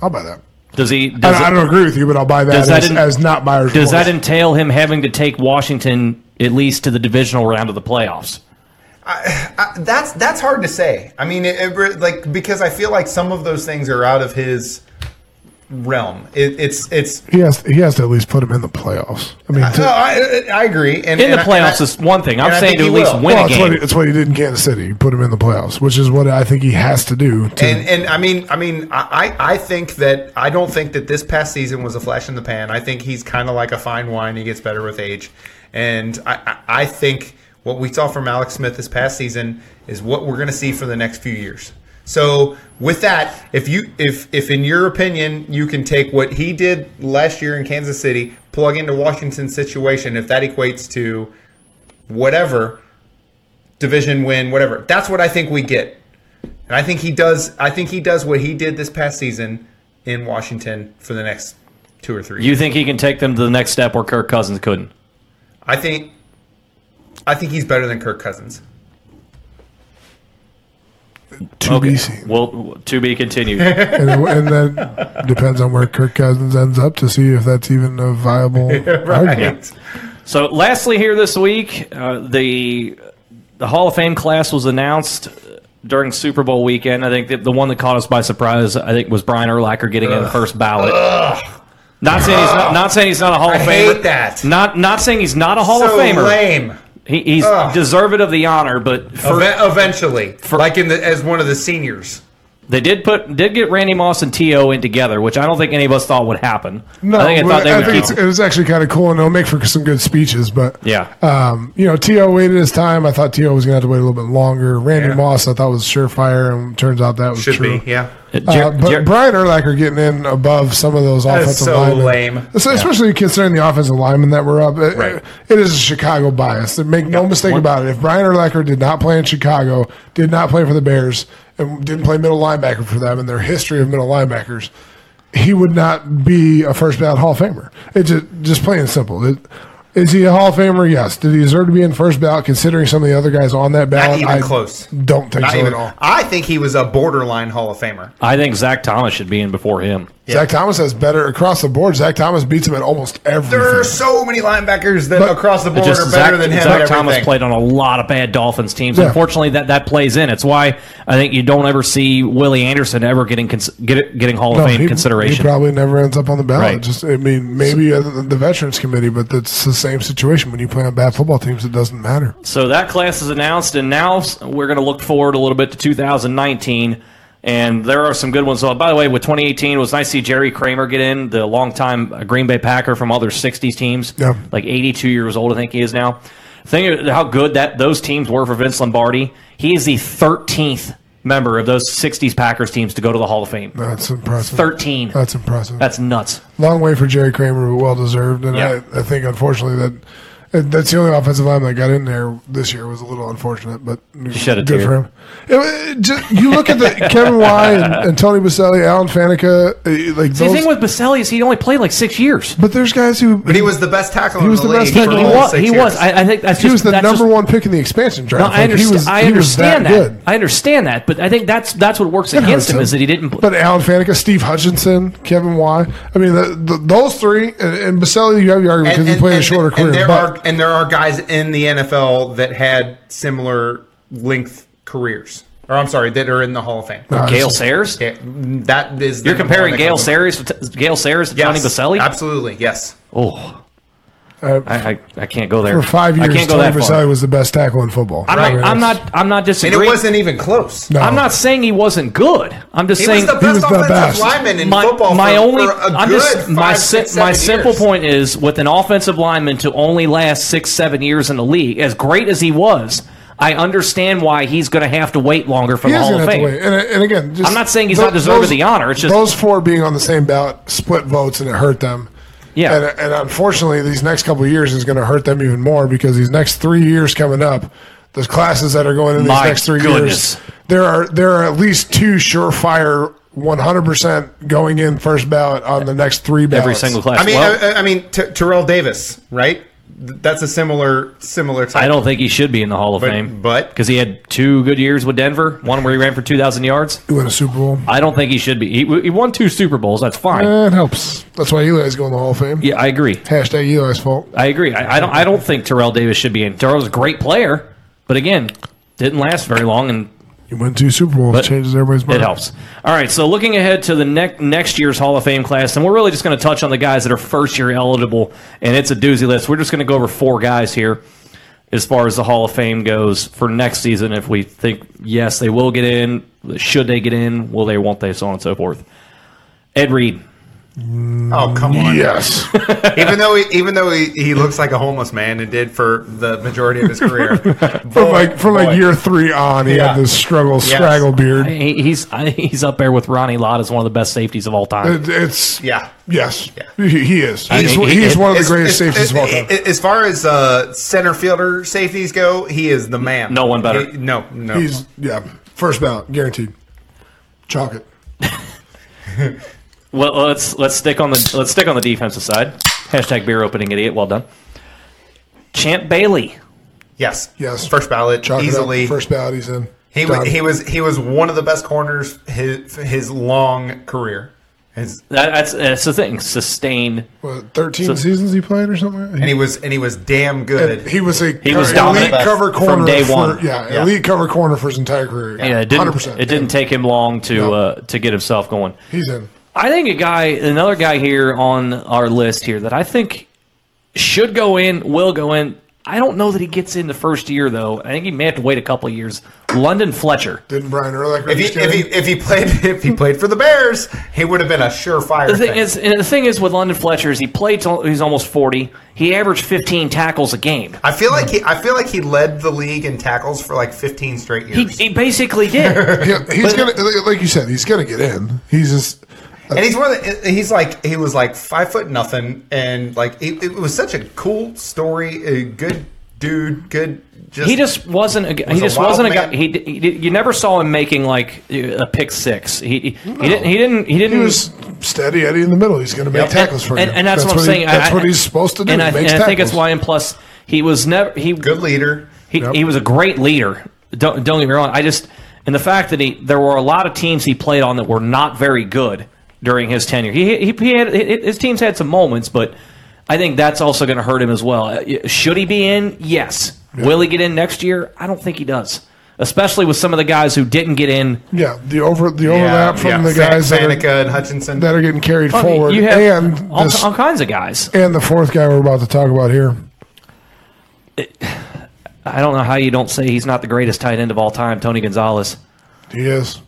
B: I'll buy that.
A: does he? Does
B: I, don't-
A: it-
B: I don't agree with you, but I'll buy that,
A: Does that
B: as,
A: in-
B: as not buyer's
A: Does that
B: remorse.
A: entail him having to take Washington at least to the divisional round of the playoffs?
C: I, that's that's hard to say. I mean, it, it re- like because I feel like some of those things are out of his realm. It, it's it's.
B: he has he has to at least put him in the playoffs. I mean, to-
C: No, I, I I agree. And,
A: In the
C: and I- and I-
A: playoffs is one thing. I'm
C: and I
A: saying
C: think
A: to
C: he
A: at least
C: will.
A: win
B: well,
A: a
B: it's what,
A: game.
B: he, it's what he did in Kansas City. He put him in the playoffs, which is what I think he has to do. To,
C: And and I mean I mean I, I I think that I don't think that this past season was a flash in the pan. I think he's kind of like a fine wine; he gets better with age. And I, I I think what we saw from Alex Smith this past season is what we're going to see for the next few years. So with that, if you if if in your opinion you can take what he did last year in Kansas City, plug into Washington's situation, if that equates to whatever division win, whatever, that's what I think we get. And I think he does. I think he does what he did this past season in Washington for the next two or three.
A: you think he can take them to the next step where Kirk Cousins couldn't?
C: I think. I think he's better than Kirk Cousins.
B: to be seen.
A: Well, to be continued.
B: and, and that depends on where Kirk Cousins ends up to see if that's even a viable argument.
C: Right.
A: So, lastly, here this week, uh, the the Hall of Fame class was announced during Super Bowl weekend. I think that the one that caught us by surprise, I think, was Brian Urlacher getting in the first ballot. Not saying he's not, not saying he's not a Hall
C: I
A: of Famer.
C: hate that.
A: Not not saying he's not a Hall
C: so
A: of Famer.
C: lame.
A: He, he's
C: Ugh.
A: deserved of the honor, but for,
C: Eve- eventually, like in the, as one of the seniors.
A: they did put did get Randy Moss and To in together, which I don't think any of us thought would happen. I think I thought
B: but
A: they
B: I
A: would
B: think
A: keep
B: it's,
A: him.
B: it was actually kind of cool, and it'll make for some good speeches. But
A: Yeah.
B: um, you know, To waited his time. I thought To was going to have to wait a little bit longer. Randy
C: Yeah.
B: Moss, I thought was surefire, and turns out that was
C: Should
B: true.
C: be. Yeah.
A: Jer-
B: Uh, but
A: Jer-
B: Brian Urlacher getting in above some of those
C: is
B: offensive
C: so
B: linemen,
C: lame.
B: So especially considering the offensive linemen that were up. It,
C: Right.
B: it is a Chicago bias. And make no mistake about it. If Brian Urlacher did not play in Chicago, did not play for the Bears, and didn't play middle linebacker for them, and their history of middle linebackers, he would not be a first ballot Hall of Famer. It's just, just plain and simple. It- Is he a Hall of Famer? Yes. Did he deserve to be in first ballot? Considering some of the other guys on that ballot,
C: even
B: I
C: close.
B: Don't think
C: Not
B: so
C: even-
B: at all.
C: I think he was a borderline Hall of Famer.
A: I think Zach Thomas should be in before him.
B: Zach Thomas has better across the board. Zach Thomas beats him at almost everything.
C: There are so many linebackers that
B: But-
C: across the board
A: Mm-hmm. Just
C: are
A: Zach-
C: better than him.
A: Zach
C: at
A: Thomas
C: everything.
A: played on a lot of bad Dolphins teams.
B: Yeah.
A: Unfortunately, that, that plays in. It's why I think you don't ever see Willie Anderson ever getting cons- get, getting Hall of
B: No,
A: Fame
B: he- He
A: consideration.
B: probably never ends up on the ballot.
A: Right.
B: Just, I mean, maybe the, the veterans committee, but that's the same situation. When you play on bad football teams, it doesn't matter.
A: so that class is announced, and now s- we're going to look forward a little bit to 2019. And there are some good ones. So, by the way, with 2018, it was nice to see Jerry Kramer get in, the longtime uh, Green Bay Packer from other 60s teams,
B: Yeah.
A: like 82 years old, I think he is now. Think of how good that those teams were for Vince Lombardi. He is the 13th member of those 60s Packers teams to go to the Hall of Fame.
B: That's impressive.
A: 13.
B: That's impressive.
A: That's nuts.
B: Long way for Jerry Kramer, but well deserved. And
A: Yeah.
B: I, I think, unfortunately, that. and That's the only offensive lineman that got in there this year was a little unfortunate, but
A: shed a
B: good
A: tear.
B: for him. It wa- it just- you look at the Kevin Y and, and Tony Baselli, Alan Faneca, eh, like
A: The
B: those-
A: thing with Baselli is he only played like six years.
B: but there's guys who
C: But he was the best tackle
B: He
C: in
B: was
C: the,
B: the
C: league.
B: best
C: for
B: tackle in
A: he
B: the
C: all
A: was.
C: six
A: He
C: years.
A: was. I, I think that's
B: he
A: just
B: was the
A: that's
B: number
A: just-
B: one pick in the expansion
A: No,
B: draft.
A: I
B: Like, he
A: understand.
B: was-
A: I
B: he was
A: understand that.
B: good.
A: I understand that. But I think that's that's what works
B: It
A: against
B: hurts
A: him, is that he didn't.
B: But Alan Faneca, Steve Hutchinson, Kevin Y. I mean, the, the, those three and, and Baselli, you have your argument because he played a shorter
C: and
B: career.
C: there
B: but
C: are and there are guys in the NFL that had similar length careers, or I'm sorry, that are in the Hall of Fame.
B: No,
A: Gail
B: it's-
A: Sayers.
C: Okay, that is the
A: You're
C: number one
A: comparing
C: that
A: Gail
C: comes to mind.
A: Sayers to Gail Sayers to
C: Yes,
A: Tony Baselli.
C: Absolutely, yes.
A: Oh, I, I, I can't go there
B: For five years,
A: I can't go
B: Tony
A: that far.
B: Vasselli was the best tackle in football.
A: I'm,
B: I mean,
A: not, I'm
B: that's-
A: not. I'm not
C: And it
A: disagreeing.
C: wasn't even close.
B: No.
A: I'm not saying he wasn't good. I'm just
C: He
A: saying
C: was the
B: He was
C: best
B: the
C: offensive
B: best.
C: lineman in
A: my,
C: football.
A: my
C: for,
A: only
C: for a
A: I'm
C: good
A: just my
C: five,
A: si-
C: six,
A: my
C: seven
A: simple
C: years.
A: point is with an offensive lineman to only last six seven years in the league, as great as he was, I understand why he's going to have to wait longer for
B: He
A: the
B: is
A: Hall
B: going
A: of
B: to have to
A: Fame.
B: wait. And, uh, and again, just,
A: I'm not saying he's not deserving of the honor, it's just-
B: those four being on the same ballot split votes, and it hurt them.
A: Yeah.
B: and, and unfortunately, these next couple of years is going to hurt them even more because these next three years coming up, the classes that are going in these
A: My
B: next three
A: goodness.
B: years, there are there are at least two surefire 100 percent going in first ballot on the next three ballots.
A: Every single class.
C: I mean, uh,
A: well,
C: I, I mean, T- Terrell Davis, right? Th- That's a similar similar type.
A: I don't think he should be in the Hall of
C: But-
A: Fame,
C: but-
A: because he had two good years with Denver, one where he ran for 2,000 yards.
B: You win a Super Bowl.
A: I don't think he should be. He, he won two Super Bowls. That's fine.
B: Eh, it helps. That's why Eli's going to the Hall of Fame.
A: yeah, I agree.
B: Hashtag Eli's fault.
A: I agree. I, I don't. I don't think Terrell Davis should be in. Terrell's a great player, but again, didn't last very long, and
B: You win two Super Bowls,
A: But
B: changes everybody's
A: it
B: mind.
A: helps. All right. So looking ahead to the next next year's Hall of Fame class, and we're really just going to touch on the guys that are first year eligible, and it's a doozy list. We're just going to go over four guys here as far as the Hall of Fame goes for next season. If we think yes, they will get in. Should they get in? Will they? Won't they? So on and so forth. Ed Reed.
C: Oh come on!
B: Yes.
C: even though he, even though he, he looks like a homeless man and did for the majority of his career,
B: from like from like year three on, he
C: Oh, Yeah.
B: had this struggle scraggle beard.
A: He- He's I think he's up there with Ronnie Lott as one of the best safeties of all time.
B: It- it's
C: Yeah.
B: yes, he, he is.
A: I
B: He's,
A: mean, he-
B: he's
A: it-
B: one of the
C: As-
B: greatest
C: as-
B: safeties of all
C: as-
B: time.
C: As far as uh, center fielder safeties go, he is the man.
A: No one better.
C: He- no, no.
B: He's yeah, first ballot guaranteed. Chalk it.
A: Well, let's let's stick on the let's stick on the defensive side. Hashtag beer opening idiot. Well done, Champ Bailey.
C: yes,
B: Yes.
C: First ballot,
B: Chalk it
C: easily.
B: up. First ballot. He's in.
C: He was,
B: Done.
C: he was he was one of the best corners his his long career. His,
A: That, that's that's the thing. Sustained.
B: What, thirteen seasons he played or something.
C: and he was and he was damn good.
B: And he was a
A: He was
B: elite
A: dominant
B: cover
A: from
B: corner
A: day
B: for-
A: one.
B: yeah,
C: Yeah.
B: elite cover corner for his entire career.
A: Yeah, it didn't.
B: 100%.
A: It didn't take him long to
B: No.
A: uh, to get himself going.
B: He's in.
A: I think a guy, another guy here on our list here that I think should go in, will go in. I don't know that he gets in the first year though. I think he may have to wait a couple of years. London Fletcher.
B: Didn't Brian Urlacher?
C: if he,
B: just get
C: if he
B: in?
C: if he played if he played for the Bears, he would have been a surefire.
A: The thing is, and the thing is with London Fletcher is he played till he's almost forty. He averaged fifteen tackles a game.
C: I feel like he I feel like he led the league in tackles for like 15 straight
A: He,
C: years.
A: he basically did.
B: Yeah, he's gonna like you said. He's gonna get in. He's just
C: and he's one of the, he's like he was like five foot nothing and like it, it was such a cool story, a good dude, good. Just
A: he just wasn't. A, he
C: Was a
A: just
C: wild
A: wasn't a
C: man.
A: guy. He, d- he d- you never saw him making like a pick six. He he, he didn't. He didn't. He didn't.
B: He was steady Eddie in the middle. He's going to make
C: Yep.
B: tackles for
A: and,
B: you.
A: and that's, what I'm saying.
B: He,
A: I-
B: that's
A: I-
B: what he's supposed to do.
A: And,
B: he
A: I,
B: makes
A: and I think it's
B: tackles.
A: why. And plus, he was never. He
C: good leader.
A: He,
B: Yep.
A: he was a great leader. Don't, don't get me wrong. I just and the fact that he there were a lot of teams he played on that were not very good during his tenure. He he, he had his teams had some moments, but I think that's also going to hurt him as well. Uh, Should he be in? Yes. Will he get in next year? I don't think he does. Especially with some of the guys who didn't get in.
B: Yeah, the over the overlap from the guys that
C: Faneca
B: are,
C: and Hutchinson.
B: that are getting carried
A: I mean,
B: forward,
A: uh, you have
B: and
A: all,
B: this,
A: all kinds of guys.
B: and the fourth guy we're about to talk about here.
A: I don't know how you don't say he's not the greatest tight end of all time, Tony Gonzalez.
B: He is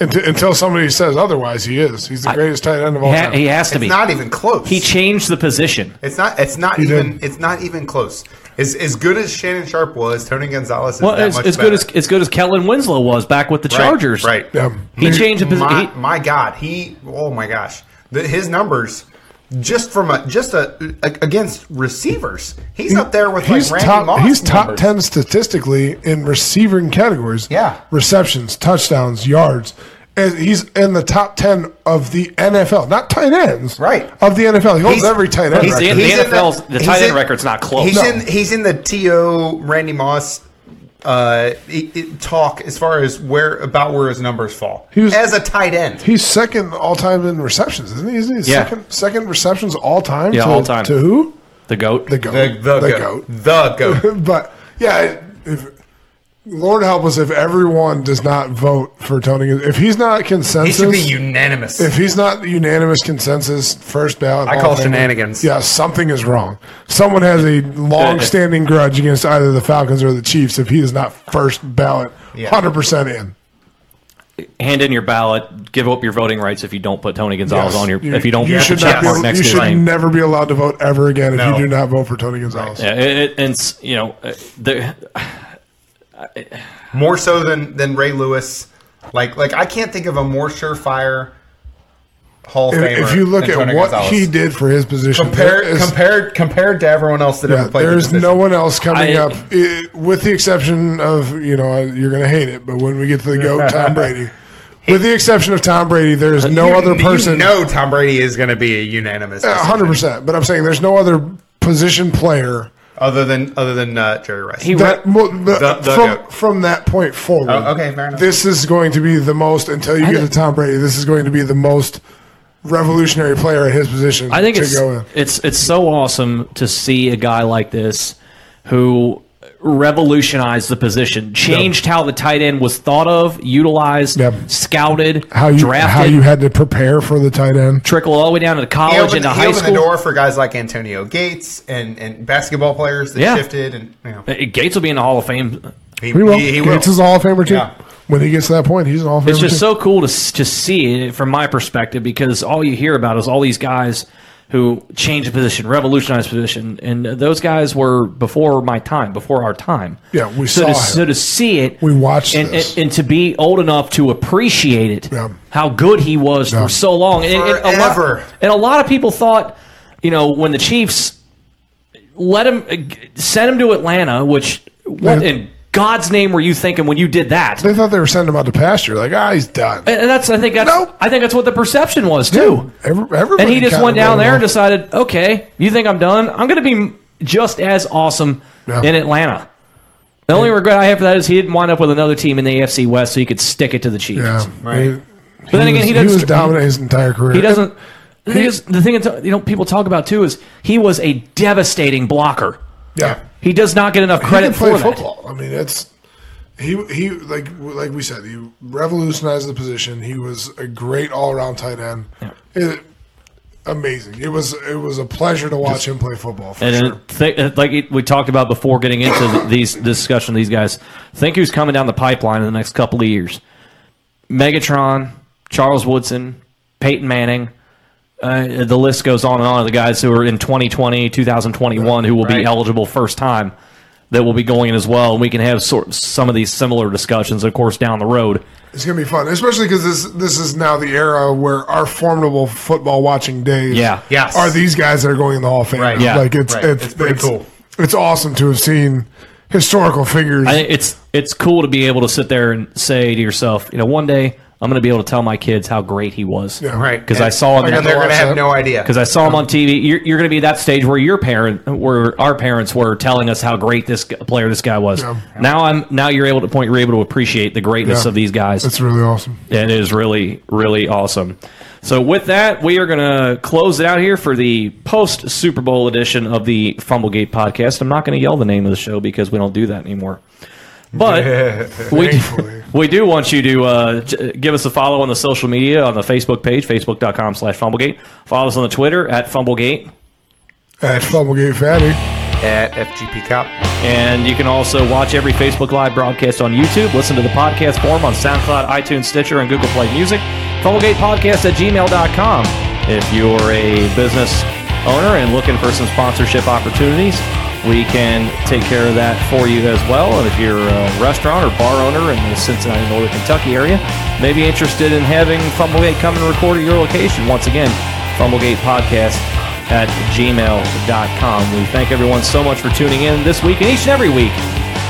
B: Unt- until somebody says otherwise. He is. He's the greatest tight end of all
A: He, ha-
B: time.
A: he has to
C: it's
A: be.
C: not even close.
A: he changed the position.
C: it's not. It's not
B: He
C: even.
B: did.
C: It's not even close. As, as good as Shannon Sharp was, Tony Gonzalez is
A: Well,
C: that
A: as,
C: much
A: as
C: better.
A: good as as good as Kellen Winslow was back with the
C: Right,
A: Chargers,
C: Right.
B: yeah.
A: He changed the
C: My,
A: position.
C: my God, he. Oh my gosh, the, his numbers just from a just a, a- against receivers, he's up there with
B: He's
C: like Randy
B: top.
C: Moss.
B: He's top
C: numbers.
B: ten statistically in receiving categories.
C: Yeah.
B: receptions, touchdowns, yards. And he's in the top ten of the NFL, not tight ends.
C: Right.
B: of the NFL. He holds
C: He's-
B: every tight end.
A: He's
B: record.
A: in the NFL's the
C: he's
A: tight end
C: in-
A: record's not close.
C: He's
A: No.
C: in he's in the to Randy Moss uh, i- i- talk as far as where about where his numbers fall
B: He was-
C: as a tight end.
B: He's second all time in receptions, isn't he? Isn't he
A: Yeah.
B: second second receptions all time?
A: Yeah,
B: to,
A: all time.
B: to who?
A: the goat.
B: The goat.
C: the, the, goat. The goat.
B: But yeah, if Lord help us if everyone does not vote for Tony. If he's not
C: It should
B: consensus,
C: be unanimous.
B: if he's not unanimous consensus first ballot,
C: I
B: all
C: call
B: things-
C: shenanigans.
B: Yeah, something is wrong. Someone has a long-standing grudge against either the Falcons or the Chiefs if he is not first ballot,
C: Yeah.
B: hundred percent in.
A: Hand in your ballot. Give up your voting rights if you don't put Tony Gonzalez
B: Yes.
A: on your. if you don't,
B: you
A: put
B: should,
A: the
B: not
A: check
B: be,
A: mark
B: able-
A: next
B: you
A: to his
B: should
A: name.
B: never be allowed to vote ever again if
C: No.
B: you do not vote for Tony Gonzalez.
A: Yeah, it, it, and s- you know, uh, the,
C: more so than than Ray Lewis. Like like I can't think of a more surefire Hall
B: If,
C: of Famer.
B: if you look
C: than
B: at
C: Tony
B: what
C: Gonzalez.
B: he did for his position,
C: compared
B: there is-
C: compared compared to everyone else that
B: yeah,
C: ever played. the
B: there's
C: position.
B: no one else coming
A: I-
B: up, i with the exception of you know uh, you're going to hate it, but when we get to the goat, Tom Brady. With the exception of Tom Brady, there's no
C: You-
B: other person.
C: You know, Tom Brady is going to be a unanimous.
B: Yeah,
C: decision,
B: 100%. But I'm saying there's no other position player
C: Other than other than uh, Jerry Rice.
A: he
B: that mo- the-
C: The- the
B: from,
C: goat.
B: from that point forward.
C: Oh, okay, fair enough.
B: This is going to be the most until you get to Tom Brady. This is going to be the most revolutionary player at his position.
A: I think
B: to
A: it's
B: go in.
A: it's it's so awesome to see a guy like this who revolutionized the position, changed how the tight end was thought of, utilized,
B: Yep.
A: scouted,
B: how you
A: drafted,
B: how you had to prepare for the tight end.
A: trickle all the way down to
C: he
A: college
C: opened,
A: into
C: he
A: high
C: opened
A: school.
C: the door for guys like Antonio Gates and, and basketball players that
A: Yeah.
C: shifted and you know,
A: Uh, Gates will be in the Hall of Fame.
C: he,
B: He will.
C: he- he will.
B: Gates is a Hall of Famer too.
C: Yeah.
B: When he gets to that point, he's an Hall of Famer.
A: It's just
B: too.
A: so cool to s- to see it from my perspective because all you hear about is all these guys who changed the position, revolutionized the position, and those guys were before my time, before our time.
B: Yeah, we
A: so
B: saw
A: to,
B: it.
A: so to see it.
B: We watched
A: and,
B: this.
A: and and to be old enough to appreciate it,
B: Yeah.
A: how good he was
B: Yeah.
A: for so long, and, and a
C: Forever.
A: lot, and a lot of people thought, you know, when the Chiefs let him uh, g- send him to Atlanta, which what
B: Yeah.
A: in God's name were you thinking when you did that?
B: they thought they were sending him out to pasture. Like ah, he's done.
A: And that's I think that's
B: Nope.
A: I think that's what the perception was too.
B: Every, everybody
A: and he just
B: kinda
A: went down
B: wrote him
A: there and
B: off.
A: decided, okay, you think I'm done? I'm going to be m- just as awesome
B: Yeah.
A: in Atlanta. The only regret I have for that is he didn't wind up with another team in the AFC West, so he could stick it to the Chiefs.
B: Yeah,
C: Right.
B: He,
A: But then again,
B: was,
A: he
B: he,
A: doesn't-
B: was dominant his entire career.
A: He doesn't. The thing, is, the thing that you know people talk about too is he was a devastating blocker.
B: Yeah.
A: He does not get enough credit
B: he can play
A: for that.
B: football. I mean, it's he he like like we said, he revolutionized the position. He was a great all around tight end. It- amazing. It was it was a pleasure to watch him play football for
A: And
B: sure.
A: then thi- uh, like it- we talked about before getting into th- these discussion, these guys think who's coming down the pipeline in the next couple of years: Megatron, Charles Woodson, Peyton Manning. Uh, the list goes on and on of the guys who are in 2020, 2021, who will be
C: Right.
A: eligible first time that will be going in as well. And we can have sort some of these similar discussions, of course, down the road.
B: It's gonna be fun, especially because this this is now the era where our formidable football watching days.
A: Yeah.
C: Yes.
B: Are these guys that are going in the Hall of Fame?
C: Right.
A: Yeah.
B: Like it's
C: Right.
B: it's,
C: It's pretty cool.
B: It's awesome to have seen historical figures.
A: I think it's it's cool to be able to sit there and say to yourself, you know, one day I'm going to be able to tell my kids how great he was.
B: Yeah.
C: right
A: 'Cause I saw him-
C: and they're going to have no idea.
A: Because I saw him on TV. You're, you're going to be that stage where your parent, where our parents were telling us how great this g- player, this guy was.
B: Yeah.
A: Now I'm now you're able to point. You're able to appreciate the greatness
B: Yeah.
A: of these guys.
B: That's really awesome.
A: And it is really, really awesome. So with that, we are going to close it out here for the post Super Bowl edition of the Fumblegate podcast. I'm not going to yell the name of the show because we don't do that anymore. But we,
B: Thankfully.
A: we do want you to uh, j- give us a follow on the social media on the Facebook page, facebook.com slash Fumblegate. Follow us on the Twitter at Fumblegate.
B: At Fumblegate Fatty.
C: at FGP Cup.
A: And you can also watch every Facebook Live broadcast on YouTube, listen to the podcast form on SoundCloud, iTunes, Stitcher, and Google Play Music. Fumblegatepodcast at gmail.com. If you're a business owner and looking for some sponsorship opportunities, we can take care of that for you as well. And if you're a restaurant or bar owner in the Cincinnati, Northern Kentucky area, maybe interested in having Fumblegate come and record at your location, once again, Fumblegate Podcast at gmail.com. We thank everyone so much for tuning in this week and each and every week